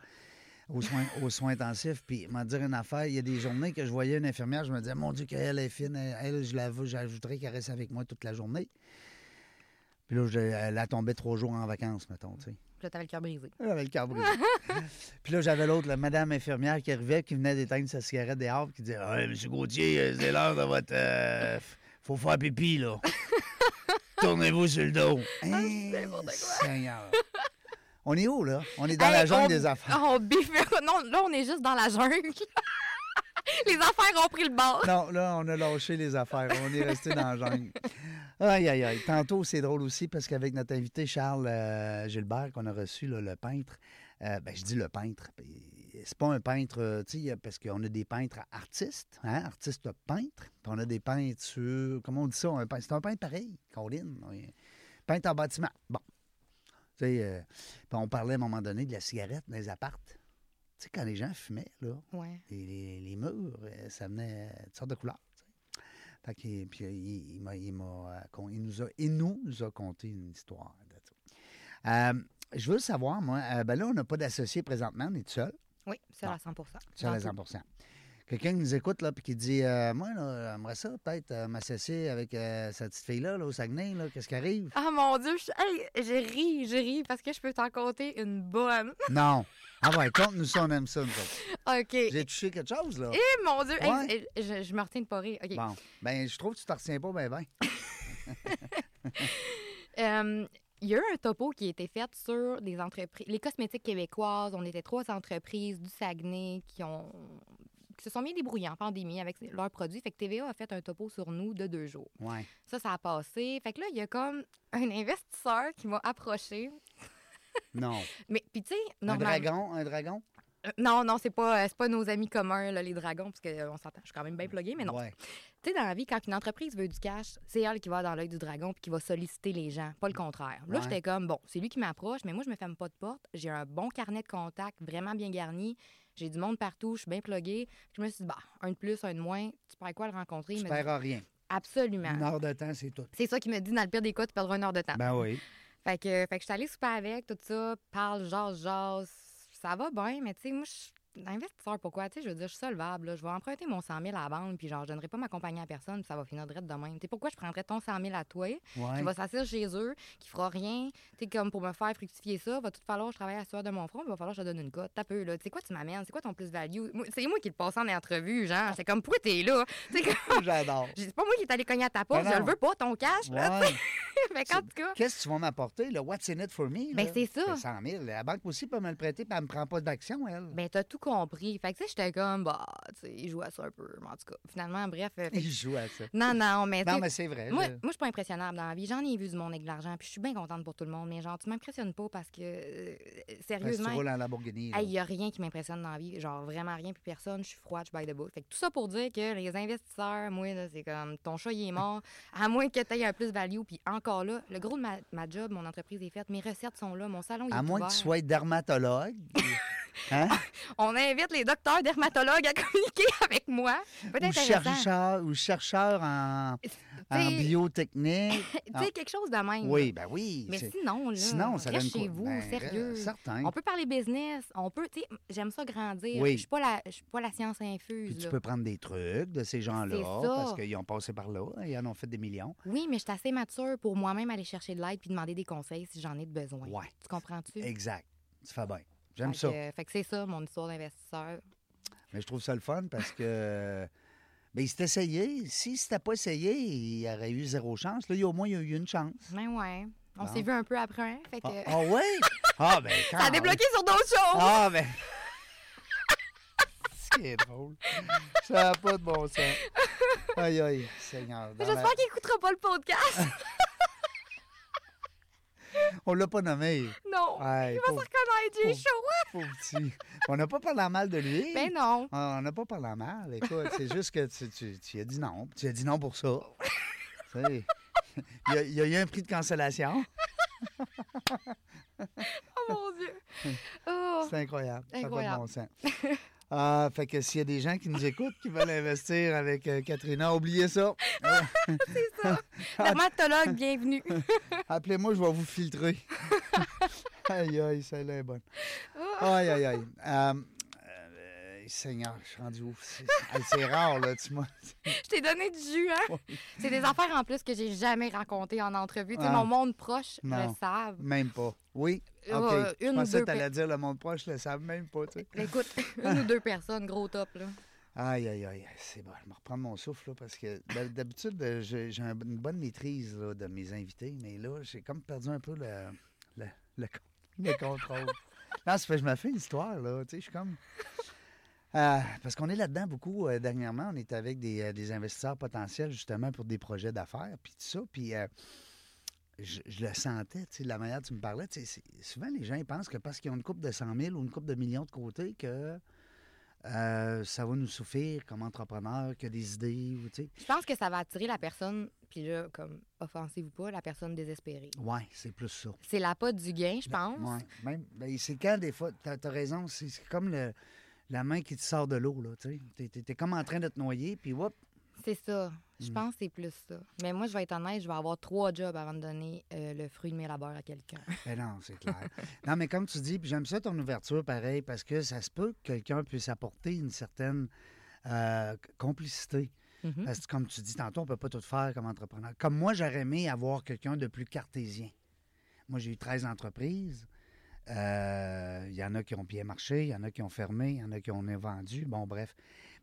aux soins, aux soins intensifs, puis m'en dire une affaire. Il y a des journées que je voyais une infirmière, je me disais Mon Dieu, qu'elle est fine, elle, elle, je la veux, j'ajouterais qu'elle reste avec moi toute la journée. Puis là, je, elle a tombé trois jours en vacances, mettons, tu sais.
Puis là, t'avais le cœur brisé.
J'avais le cœur brisé. puis là, j'avais l'autre, la madame infirmière qui arrivait, qui venait d'éteindre sa cigarette dehors, puis qui disait Ouais, monsieur Gauthier, euh, c'est l'heure de votre. euh, f- faut faire pipi, là. Tournez-vous sur le dos.
Ah,
Hein, Seigneur. On est où, là? On est dans la
Hey,
jungle
on-
des affaires.
On biffe. Non, là, on est juste dans la jungle. les affaires ont pris le bord.
Non, là, on a lâché les affaires. On est resté dans la jungle. Aïe, aïe, aïe. Tantôt, c'est drôle aussi parce qu'avec notre invité Charles euh, Gilbert, qu'on a reçu, là, le peintre, euh, ben, je dis le peintre. puis C'est pas un peintre, euh, tu sais, parce qu'on a des peintres artistes, hein, artistes peintres. Puis on a des peintures, comment on dit ça? un peintre- C'est un peintre pareil, Colin. oui. Peintre en bâtiment. Bon. Tu sais, euh, puis on parlait à un moment donné de la cigarette dans les appartes. Tu sais, quand les gens fumaient, là,
Ouais.
les, les- les murs, euh, ça venait euh, toutes sortes de couleurs. tu sais. Fait que, puis euh, il, il m'a- il m'a, euh, con- il nous a, il nous a conté une histoire de ça. Euh, je veux savoir, moi, euh, ben là, on n'a pas d'associé présentement, on est tout seul,
Oui, c'est
Bon.
à 100
tout seul à
Dans tout.
100 Quelqu'un qui nous écoute, là, puis qui dit, euh, moi, là, j'aimerais ça peut-être euh, m'associer avec euh, cette petite fille-là, là, au Saguenay, là, qu'est-ce qui arrive?
Ah mon Dieu, je... hey, j'ai ri, j'ai ri parce que je peux t'en compter une bonne.
non! Ah ouais, compte-nous ça, on aime ça, nous autres.
OK.
J'ai touché quelque chose, là.
Eh mon Dieu, hey,
Ouais.
je, je me retiens de pas rire. OK.
Bon, ben je trouve que tu t'en retiens pas, ben ben.
Euh, il y a eu un topo qui a été fait sur des entreprises, les cosmétiques québécoises. On était trois entreprises du Saguenay qui ont qui se sont bien débrouillées en pandémie avec leurs produits. Fait que TVA a fait un topo sur nous de deux jours.
Ouais.
Ça, ça a passé. Fait que là, il y a comme un investisseur qui m'a approché.
Non.
Mais puis tu sais,
Un
normalement...
dragon, un dragon?
Euh, Non, non, c'est pas, euh, c'est pas nos amis communs, là, les dragons, parce qu'on s'entend, je suis quand même bien pluguée, mais non.
Ouais.
Tu sais, dans la vie, quand une entreprise veut du cash, c'est elle qui va dans l'œil du dragon puis qui va solliciter les gens, pas le contraire. Là,
Ouais.
j'étais comme, bon, c'est lui qui m'approche, mais moi, je me ferme pas de porte. J'ai un bon carnet de contacts, vraiment bien garni. J'ai du monde partout, je suis bien pluguée. Je me suis dit, bah, un de plus, un de moins, tu perds quoi à le rencontrer? Il
Tu
m'a dit,
perds rien.
absolument.
Une heure de temps, c'est tout.
C'est ça qui me dit, dans le pire des cas, tu perdras une heure de temps.
Ben oui.
Fait que, fait que je suis allée souper avec, tout ça, parle, jase, jase. Ça va bien, mais tu sais, moi, je suis investisseur, pourquoi? Tu sais, je veux dire, je suis solvable, là. Je vais emprunter mon 100 000 à la banque, puis genre, je donnerai pas ma compagnie à personne, puis ça va finir direct de même. Tu sais, pourquoi je prendrais ton 100 000 à toi,
Ouais.
qui va s'asseoir chez eux, qui fera rien, tu sais, comme pour me faire fructifier ça, va tout falloir que je travaille à la sueur de mon front, puis va falloir que je te donne une cote. T'as peu, là. Tu sais, quoi tu m'amènes? C'est quoi ton plus-value? Moi, C'est moi qui le passais en entrevue, genre. J'étais comme, pourquoi t'es là? Tu sais, comme-
J'adore.
j'ai dit, c'est pas moi qui est allé cogner à ta porte,
Ben
je
non.
le veux pas, ton cash, là.
Ouais.
Fait qu'en tout cas.
Qu'est-ce que tu vas m'apporter, là? What's in it for me?
Ben,
là?
c'est ça.
Ben, 100 000. La banque aussi peut me le prêter, puis elle me prend pas d'action, elle.
Ben, t'as tout compris. Fait que, tu sais, j'étais comme, bah, tu sais, il joue à ça un peu. Mais en tout cas, finalement, bref. euh, fait-
Il joue à ça.
non, non, mais. tu
Non,
sais,
mais c'est vrai.
Moi,
je-
moi, je suis pas impressionnable dans la vie. J'en ai vu du monde avec de l'argent, puis je suis bien contente pour tout le monde. Mais genre, tu m'impressionnes pas parce que, euh,
Parce que Ben, tu
sérieusement,
roules en Lamborghini. là.
il y a rien qui m'impressionne dans la vie. Genre, vraiment rien, puis personne. Je suis froide, je baille de bout. Fait que tout ça pour dire que les investisseurs, moi, là, c'est comme, ton chat, il est mort. à moins que t'aies un plus-value. Puis encore là, le gros de ma, ma job, mon entreprise est faite, mes recettes sont là, mon salon, il est
À moins
ouvert.
que tu sois dermatologue. hein?
On invite les docteurs dermatologues à communiquer avec moi. Peut-être
Ou
intéressant.
chercheur, ou chercheur en, en
T'sais-
biotechnique.
Tu sais, quelque chose de même.
Ah. Oui, ben oui.
Mais
c'est-
sinon, là,
Sinon, ça
reste
donne
chez
quoi?
vous,
Ben,
sérieux.
Certain.
On peut parler business, on peut, tu sais, j'aime ça grandir.
Oui.
Je suis pas la, je suis pas la science infuse.
Puis tu
là.
peux prendre des trucs de ces gens-là
C'est ça.
parce qu'ils ont passé par là, ils en ont fait des millions.
Oui, mais je suis assez mature pour moi-même aller chercher de l'aide puis demander des conseils si j'en ai de besoin.
Ouais.
Tu comprends-tu?
Exact. Tu fais bien. J'aime
Fait
ça.
que- fait que c'est ça, mon histoire d'investisseur.
Mais je trouve ça le fun parce que. Mais il s'est essayé. Si c'était pas essayé, il aurait eu zéro chance. Là, il- au moins, il a eu une chance.
Mais Ben ouais. On
Bon.
s'est vu un peu après, hein, fait que...
Ah, ah ouais? Ah, ben quand
Ça a
même.
débloqué sur d'autres choses!
Ah, ben. C'est drôle. Ça n'a pas de bon sens. Aïe, aïe, Seigneur. Dans la-
J'espère qu'il n'écoutera pas le podcast.
On l'a pas nommé.
non.
Aïe,
Il va se
pauvre,
reconnaître, j'ai
pauvre-
chaud.
pauvre petit. On n'a pas parlé en mal de lui.
Ben non.
Ah, On n'a pas parlé en mal. Écoute, c'est juste que tu, tu- tu as dit non. Tu as dit non pour ça. Tu sais, il, y a, il y a eu un prix de cancellation.
Oh mon Dieu. Oh.
C'est incroyable.
Incroyable.
Ça n'a pas de bon sens. Ah, fait que s'il y a des gens qui nous écoutent, qui veulent investir avec euh, Katrina, oubliez ça.
Dermatologue, bienvenue.
Appelez-moi, je vais vous filtrer. aïe, aïe, celle-là est bonne.
Oh,
Aïe, aïe, aïe. Euh, euh, Seigneur, je suis rendu où? C'est hey, c'est rare, là, tu m'as...
Je t'ai donné du jus, hein? C'est des affaires en plus que j'ai jamais racontées en entrevue. Tu sais,
Ah.
mon monde proche
Non.
le savent.
Même pas. Oui? OK.
Euh,
je
une ou
pensais
deux
que t'allais dire le monde proche, le savent même pas, tu sais.
Ben, écoute, une ou deux personnes, gros top, là.
Aïe, aïe, aïe, c'est bon. Je vais reprendre mon souffle, là, parce que d'hab- d'habitude, euh, j'ai j'ai un- une bonne maîtrise là, de mes invités, mais là, j'ai comme perdu un peu le, le, le con- le contrôle. non, c'est parce que je me fais une histoire, là. Tu sais, je suis comme. Euh, parce qu'on est là-dedans beaucoup euh, dernièrement. On est avec des, euh, des investisseurs potentiels, justement, pour des projets d'affaires, puis tout ça. Puis euh, je, je le sentais, tu sais, de la manière dont tu me parlais. tu sais, c'est- souvent, les gens ils pensent que parce qu'ils ont une coupe de 100 000 ou une coupe de millions de côté, que euh, ça va nous suffire comme entrepreneur, que des idées, ou, tu sais.
Je pense que ça va attirer la personne, puis là, comme, offensez-vous pas, la personne désespérée.
Ouais, c'est plus ça.
C'est la pote du gain, je pense.
Ben, Ouais, même, ben, c'est quand des fois, t'as as raison, c'est c'est comme le, la main qui te sort de l'eau, là, tu sais. T'es- T'es t'es comme en train de te noyer, puis whoop,
C'est ça. Je
Hmm.
pense que c'est plus ça. Mais moi, je vais être honnête, je vais avoir trois jobs avant de donner euh, le fruit de mes labeurs à quelqu'un.
Ben non, c'est clair. non, mais comme tu dis, puis j'aime ça ton ouverture pareil, parce que ça se peut que quelqu'un puisse apporter une certaine euh, complicité.
Mhm.
Parce que comme tu dis tantôt, on peut pas tout faire comme entrepreneur. Comme moi, j'aurais aimé avoir quelqu'un de plus cartésien. Moi, j'ai eu 13 entreprises. Euh, Il y en a qui ont bien marché, il y en a qui ont fermé, il y en a qui ont vendu. Bon, bref.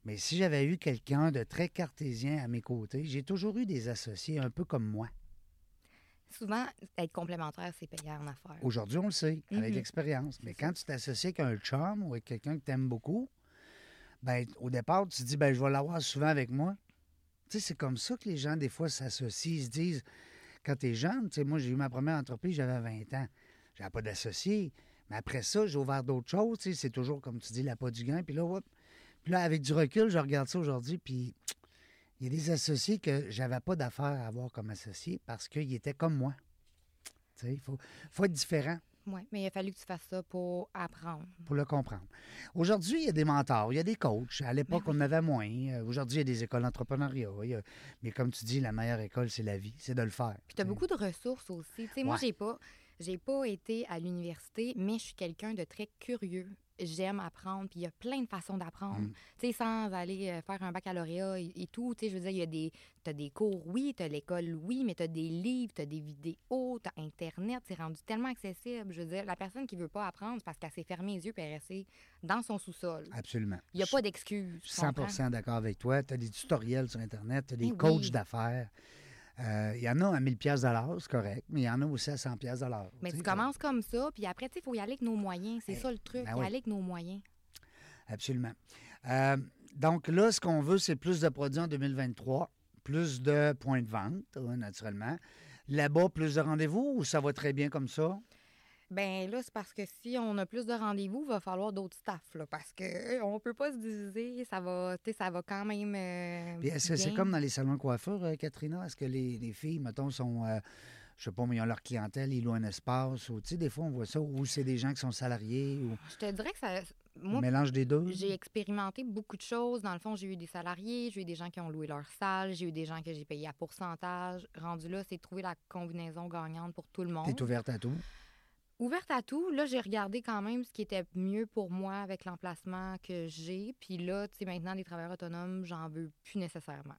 Mais si j'avais eu quelqu'un de très cartésien à mes côtés, j'ai toujours eu des associés un peu comme moi.
Souvent, être complémentaire, c'est payant en affaires.
Aujourd'hui, on le sait, avec
Mhm.
l'expérience. Mais
C'est
quand tu t'associes avec un chum ou avec quelqu'un que tu aimes beaucoup, ben, au départ, tu te dis, ben, je vais l'avoir souvent avec moi. Tu sais, c'est comme ça que les gens, des fois, s'associent. Ils se disent, quand tu es jeune, tu sais, moi, j'ai eu ma première entreprise, j'avais 20 ans. J'avais pas d'associé. Mais après ça, j'ai ouvert d'autres choses. tu sais, C'est toujours, comme tu dis, la pas du gain. Puis là, hop. Puis là, avec du recul, je regarde ça aujourd'hui, puis il y a des associés que j'avais pas d'affaires à avoir comme associés parce qu'ils étaient comme moi. Tu sais, il faut, faut être différent
Oui, mais il a fallu que tu fasses ça pour apprendre.
pour le comprendre. Aujourd'hui, il y a des mentors, il y a des coachs.
Ben
À l'époque, on en avait moins. Euh, Aujourd'hui, il y a des écoles d'entrepreneuriat. il y a- Mais comme tu dis, la meilleure école, c'est la vie, c'est de le faire.
Puis tu as beaucoup de ressources aussi. Tu sais, moi,
Ouais.
j'ai pas, j'ai pas été à l'université, mais je suis quelqu'un de très curieux. J'aime apprendre, puis il y a plein de façons d'apprendre.
Mm.
Tu sais, sans aller euh, faire un baccalauréat et, et tout, tu sais, je veux dire, il y a des... T'as des cours, oui, t'as l'école, oui, mais t'as des livres, t'as des vidéos, t'as Internet, c'est rendu tellement accessible. Je veux dire, la personne qui veut pas apprendre, c'est parce qu'elle s'est fermée les yeux puis elle est restée dans son sous-sol.
Absolument.
Il n'y a pas d'excuse.
Je
tu
suis 100
comprends?
d'accord avec toi. Tu as des tutoriels sur Internet, tu as des
Eh oui.
coachs d'affaires. Euh, Il y en a à 1000 pièces c'est correct, mais il y en a aussi à 100 pièces
Mais tu commences comme ça, puis après, tu sais, il faut y aller avec nos moyens. C'est
Eh,
ça le truc,
ben
y
oui.
aller avec nos moyens.
Absolument. Euh, donc là, ce qu'on veut, c'est plus de produits en 2023, plus de points de vente, euh, naturellement. Là-bas, plus de rendez-vous ou ça va très bien comme ça?
Ben là, c'est parce que si on a plus de rendez-vous, il va falloir d'autres staffs, là, parce que euh, on peut pas se diviser, ça va, tu sais, ça va quand même. euh,
Puis est-ce que c'est
bien.
comme dans les salons de coiffure, euh, Katrina? Est-ce que les, les filles, mettons, sont, euh, je sais pas, mais ils ont leur clientèle, ils louent un espace, ou tu sais, des fois, on voit ça, ou c'est des gens qui sont salariés, ou
Je te dirais que ça,
un
moi,
mélange des deux.
j'ai expérimenté beaucoup de choses. Dans le fond, j'ai eu des salariés, j'ai eu des gens qui ont loué leur salle, j'ai eu des gens que j'ai payés à pourcentage. Rendu là, c'est de trouver la combinaison gagnante pour tout le monde.
T'es ouverte à tout.
Ouverte à tout, là, j'ai regardé quand même ce qui était mieux pour moi avec l'emplacement que j'ai. Puis là, tu sais, maintenant, les travailleurs autonomes, j'en veux plus nécessairement.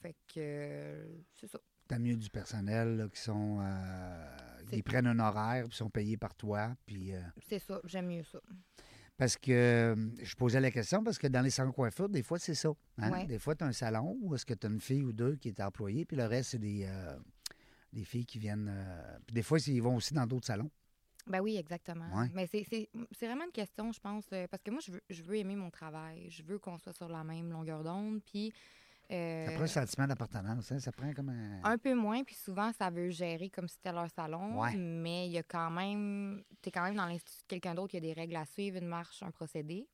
Fait que euh, c'est ça.
T'as mieux du personnel là, qui sont. euh,
C'est-
ils prennent un horaire, puis sont payés par toi, puis. euh,
C'est ça, j'aime mieux ça.
Parce que euh, je posais la question parce que dans les salons de coiffure, des fois, c'est ça. hein.
Ouais.
Des fois, tu as un salon où est-ce que tu as une fille ou deux qui est employée, puis le reste, c'est des, euh, des filles qui viennent. euh, puis des fois, ils vont aussi dans d'autres salons.
Ben oui, exactement.
Ouais.
Mais c'est- c'est c'est vraiment une question, je pense, euh, parce que moi, je veux, je veux aimer mon travail. Je veux qu'on soit sur la même longueur d'onde. Puis. euh,
Ça prend un sentiment d'appartenance, hein? ça prend comme un...
Un peu moins, puis souvent, ça veut gérer comme si c'était leur salon.
Ouais.
Mais il y a quand même. T'es quand même dans l'institut de quelqu'un d'autre, il y a des règles à suivre, une marche, un procédé.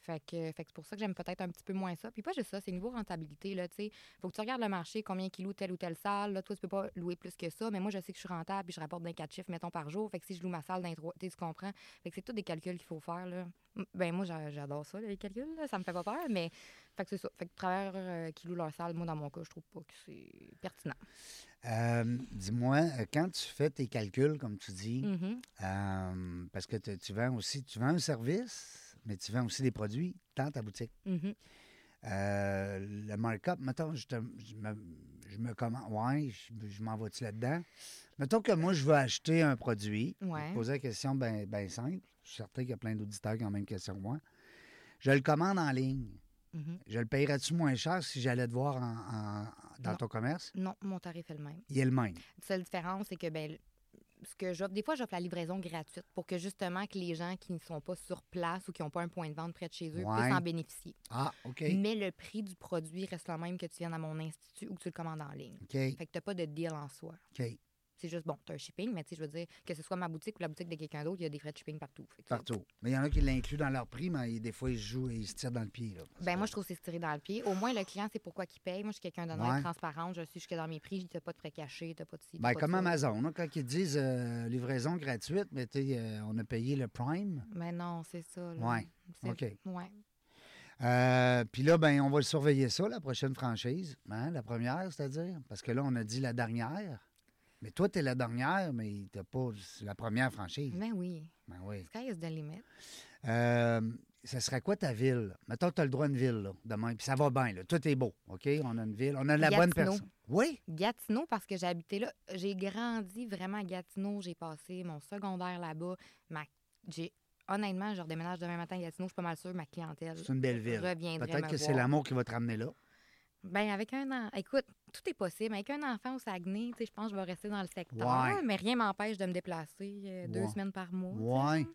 Fait que, fait que c'est pour ça que j'aime peut-être un petit peu moins ça. Puis pas juste ça, c'est niveau rentabilité, là, tu sais. Faut que tu regardes le marché, combien qui loue telle ou telle salle. Là, toi, tu peux pas louer plus que ça. Mais moi, je sais que je suis rentable, puis je rapporte d'un 4 chiffres, mettons, par jour. Fait que si je loue ma salle d'un 3, tu comprends. Fait que c'est tous des calculs qu'il faut faire, là. M- Ben moi, j'a- j'adore ça, les calculs, là. Ça me fait pas peur, mais... Fait que c'est ça. Fait que travailleurs euh, qui louent leur salle, moi, dans mon cas, je trouve pas que c'est pertinent.
Euh, Dis-moi, euh, quand tu fais tes calculs, comme tu dis,
Mhm.
euh, parce que te- tu vends aussi, tu vends un service, mais tu vends aussi des produits dans ta boutique.
Mhm.
Euh, le markup, mettons, je, te- je me, je me commande, ouais, je, je m'en vais-tu là-dedans? Mettons que moi, je veux acheter un produit. Je vais
Ouais.
te poser la question bien simple. Je suis certain qu'il y a plein d'auditeurs qui ont la même question que moi. Je le commande en ligne.
Mhm.
Je le payerais-tu moins cher si j'allais te voir en- en- dans
Non.
ton commerce?
Non, mon tarif est le même.
Il est le même.
La seule différence, c'est que, ben, ce que j'offre, des fois, j'offre la livraison gratuite pour que justement que les gens qui ne sont pas sur place ou qui n'ont pas un point de vente près de chez eux
Ouais.
puissent en bénéficier.
Ah, OK.
Mais le prix du produit reste le même que tu viennes à mon institut ou que tu le commandes en ligne.
OK,
Fait que t'as pas de deal en soi.
OK.
C'est juste, bon, t'as un shipping, mais tu sais, je veux dire, que ce soit ma boutique ou la boutique de quelqu'un d'autre, il y a des frais de shipping partout. Fait que-
Partout. Mais il y en a qui l'incluent dans leur prix, mais ils- des fois, ils se jouent et ils se tirent dans le pied. Là, Parce
Ben moi,
que-
je trouve que c'est se tirer dans le pied. Au moins, le client, c'est pourquoi qu'il paye. Moi, je suis quelqu'un d'honnête,
Ouais.
transparente. Je suis jusque dans mes prix. T'as pas de frais cachés, t'as pas de ci, t'as
Ben,
pas de
comme
ça.
Amazon, là, quand ils disent euh, livraison gratuite, mais tu sais, euh, on a payé le Prime.
Mais non, c'est ça. Là.
Ouais.
C'est-
OK.
Ouais.
Euh, Puis là, ben, on va surveiller ça, la prochaine franchise. hein, la première, c'est-à-dire. Parce que là, on a dit la dernière. Mais toi, t'es la dernière, mais t'as pas la première franchise.
Ben oui.
Ben oui.
Sky is the limit.
Euh, ça serait quoi ta ville? Mettons, tu as le droit à une ville, là, demain. Puis ça va bien, là. Tout est beau, OK? On a une ville. On a la bonne
Gatineau.
personne. Oui?
Gatineau, parce que j'ai habité là. J'ai grandi vraiment à Gatineau. J'ai passé mon secondaire là-bas. Ma... J'ai... Honnêtement, je redéménage demain matin à Gatineau. Je suis pas mal sûre que ma clientèle
C'est une belle ville.
reviendrait
Peut-être
me
que c'est
voir.
l'amour qui va te ramener là.
Ben avec un an, écoute, tout est possible. Avec un enfant au Saguenay, tu sais, je pense que je vais rester dans le secteur,
Ouais.
mais rien m'empêche de me déplacer euh, deux
Ouais.
semaines par mois. tu sais.
Ouais.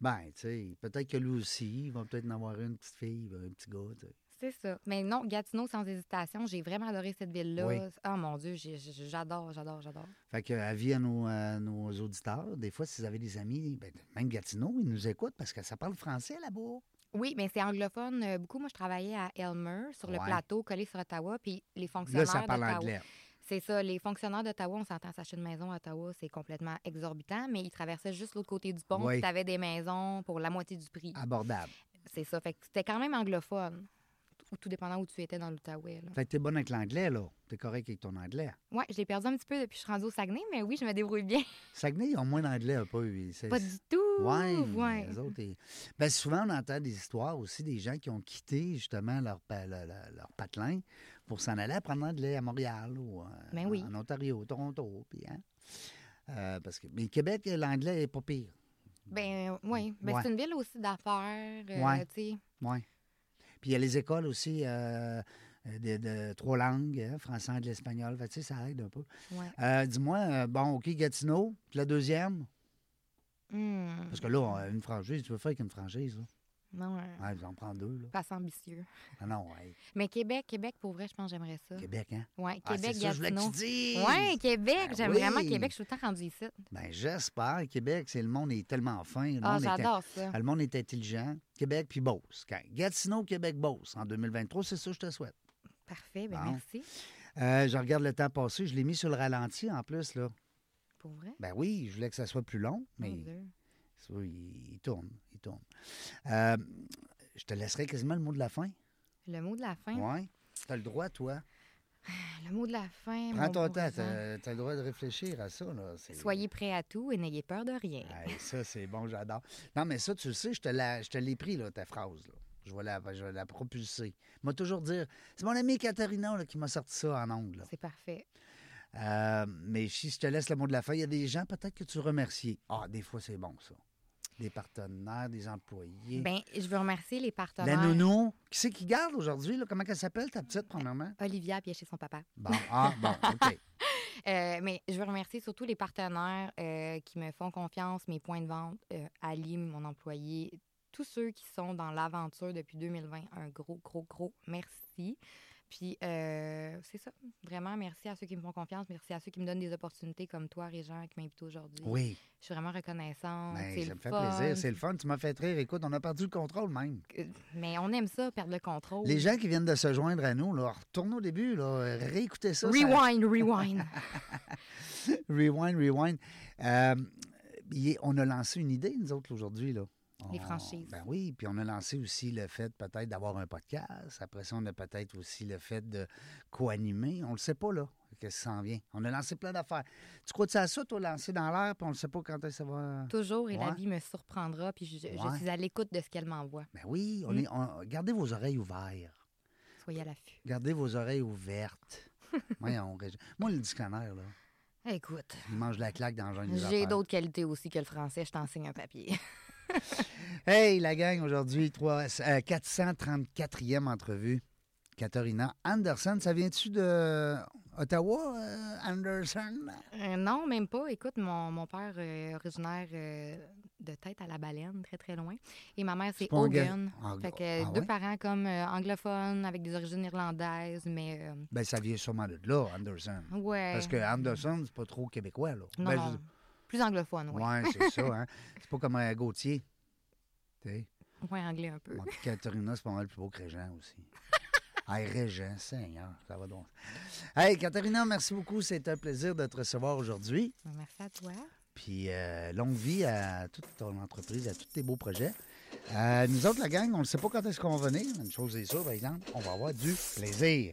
Ben, tu sais, peut-être que lui aussi, il va peut-être en avoir une petite fille, un petit gars, tu sais.
C'est ça. Mais non, Gatineau, sans hésitation, j'ai vraiment adoré cette ville-là.
Oui.
Oh mon Dieu, j'ai- j'ai- j'adore, j'adore, j'adore.
Fait que, avis à nos, à nos auditeurs, des fois, si vous avez des amis, ben, même Gatineau, ils nous écoutent parce que ça parle français là-bas.
Oui, mais c'est anglophone euh, beaucoup. Moi, je travaillais à Elmer, sur le
Ouais.
plateau, collé sur Ottawa, puis les fonctionnaires
Là, ça parle
d'Ottawa-
anglais.
C'est ça, les fonctionnaires d'Ottawa, on s'entend s'acheter une maison à Ottawa, c'est complètement exorbitant, mais ils traversaient juste l'autre côté du pont,
Oui.
puis t'avais des maisons pour la moitié du
Ah.
prix.
Abordable.
C'est ça. Fait que c'était quand même anglophone. Ou tout dépendant où tu étais dans l'Outaouais. là.
Fait que t'es bonne avec l'anglais, là. T'es correct avec ton anglais.
Ouais, je l'ai perdu un petit peu depuis que je suis rendue au Saguenay, mais oui, je me débrouille bien.
Saguenay, ils ont moins d'anglais un peu. ils- c'est-
Pas du tout.
Ouais, mais
ouais.
eux autres, ils- ben, souvent, on entend des histoires aussi des gens qui ont quitté justement leur, pa- le- le- leur patelin pour s'en aller apprendre l'anglais à Montréal ou euh,
Ben oui.
en Ontario, Toronto. Puis, hein? Euh, parce que, mais Québec, l'anglais est pas pire.
Ben, oui. Ben,
Ouais.
c'est une ville aussi d'affaires. euh,
Ouais.
tu sais.
Oui. Puis il y a les écoles aussi euh, de, de trois langues, hein, français, anglais, espagnol. Fait, que, tu sais, ça aide un peu.
Ouais.
Euh, Dis-moi, euh, bon, OK, Gatineau, puis la deuxième.
Hmm.
Parce que là, on- une franchise, tu veux faire avec une franchise. Là.
Non, euh,
Ouais, on prend deux. Là.
pas assez ambitieux.
Ah non, ouais.
Mais Québec, Québec, pour vrai, je pense que j'aimerais ça.
Québec, hein?
Ouais,
Ah,
Québec,
c'est ça, je voulais que tu
Gatineau.
dises.
Ouais, Québec,
Ben
j'aime
oui.
vraiment Québec. Je suis tout le temps rendue ici.
Ben, j'espère. Québec, c'est le monde est tellement fin. Le,
Ah,
monde, est,
j'adore ça.
le monde est intelligent. Québec puis Beauce. Quand- Gatineau, Québec, Beauce. En 2023, c'est ça que je te souhaite.
Parfait, ben
Bon.
merci.
Euh, je regarde le temps passé. Je l'ai mis sur le ralenti en plus, là.
Pour vrai.
Ben oui, je voulais que ça soit plus long,
mon
mais
Dieu.
ça, il, il tourne. Il tourne. Euh, je te laisserai quasiment le mot de la fin.
Le mot de la fin. Ah,
Oui. Tu as le droit, toi.
Le mot de la fin.
Prends
mon
ton
bon
temps. Tu
sang.
as, le droit de réfléchir à ça. Là. C'est-
Soyez prêts à tout et n'ayez peur de rien.
Hey, ça, c'est bon, j'adore. Non, mais ça, tu le sais, je te, la- je te l'ai pris, là, ta phrase. Là. Je, vais la, je vais la propulser. Moi, toujours dire, c'est mon ami Catherina là, qui m'a sorti ça en ondes.
C'est
là.
parfait.
Euh, mais si je te laisse le mot de la fin, il y a des gens peut-être que tu remercies. Ah, des fois, c'est bon, ça. Des partenaires, des employés.
Ben, je veux remercier les partenaires.
la nounou, qui c'est qui garde aujourd'hui? là? Comment elle s'appelle, ta petite, premièrement?
Olivia puis elle est chez son papa.
Bon, ah, bon, OK.
Euh, mais je veux remercier surtout les partenaires euh, qui me font confiance, mes points de vente, euh, Ali, mon employé, tous ceux qui sont dans l'aventure depuis 2020. Un gros, gros, gros merci. Puis, euh, c'est ça. Vraiment, merci à ceux qui me font confiance. Merci à ceux qui me donnent des opportunités comme toi, Régent, qui m'invite aujourd'hui.
Oui,
Je suis vraiment reconnaissante.
ben,
Ah, c'est
ça
le
me fait
fun.
plaisir. C'est le fun. Tu m'as fait rire. Écoute, on a perdu le contrôle même.
Mais on aime ça, perdre le contrôle.
Les gens qui viennent de se joindre à nous, là, retourne au début, là, réécoutez ça. ça-
rewind, rewind.
rewind, rewind. Euh, il est- on a lancé une idée, nous autres, aujourd'hui. Là.
Les
On-
franchises.
Ben oui, puis on a lancé aussi le fait peut-être d'avoir un podcast. Après ça, on a peut-être aussi le fait de co-animer. On le sait pas, là, que ça s'en vient. On a lancé plein d'affaires. Tu crois à ça, toi, lancer dans l'air, puis on ne sait pas quand est-ce que ça va...
Toujours, et la
Ouais.
vie me surprendra, puis je, je
Ouais.
suis à l'écoute de ce qu'elle m'envoie.
Ben oui, on
Mm.
est, on- gardez vos oreilles ouvertes.
Soyez à l'affût.
Gardez vos oreilles ouvertes. Voyons, Régis. Moi, le dictionnaire, là,
Écoute,
il mange la claque dans le genre des
j'ai
affaires.
d'autres qualités aussi que le français, je t'enseigne un papier.
Hey, la gang, aujourd'hui, trois- euh, 434e entrevue. Katharina Anderson, ça vient-tu de Ottawa, euh, Anderson?
Euh, non, même pas. Écoute, mon, mon père euh, originaire euh, de tête à la baleine, très très loin. Et ma mère, c'est
pas anglais-
Hogan.
ang-
Fait que
ah
deux
ouais?
parents comme euh, anglophones, avec des origines irlandaises, mais euh,
Ben, ça vient sûrement de là, Anderson.
ouais.
Parce que Anderson, c'est pas trop québécois, là.
Non,
Ben, je-
non, plus anglophone, oui.
Ouais, c'est ça, hein. C'est pas comme un Gauthier. Tu sais?
Ouais. anglais un peu.
Bon, puis Katharina, c'est pas mal plus beau que Régent aussi. Hey, Régent, Seigneur, ça va donc. Hey, Katharina, merci beaucoup. C'est un plaisir de te recevoir aujourd'hui.
Merci à toi.
Puis euh, longue vie à toute ton entreprise, à tous tes beaux projets. Euh, nous autres, la gang, on ne sait pas quand est-ce qu'on va venir. mais Une chose est sûre, par exemple, on va avoir du plaisir.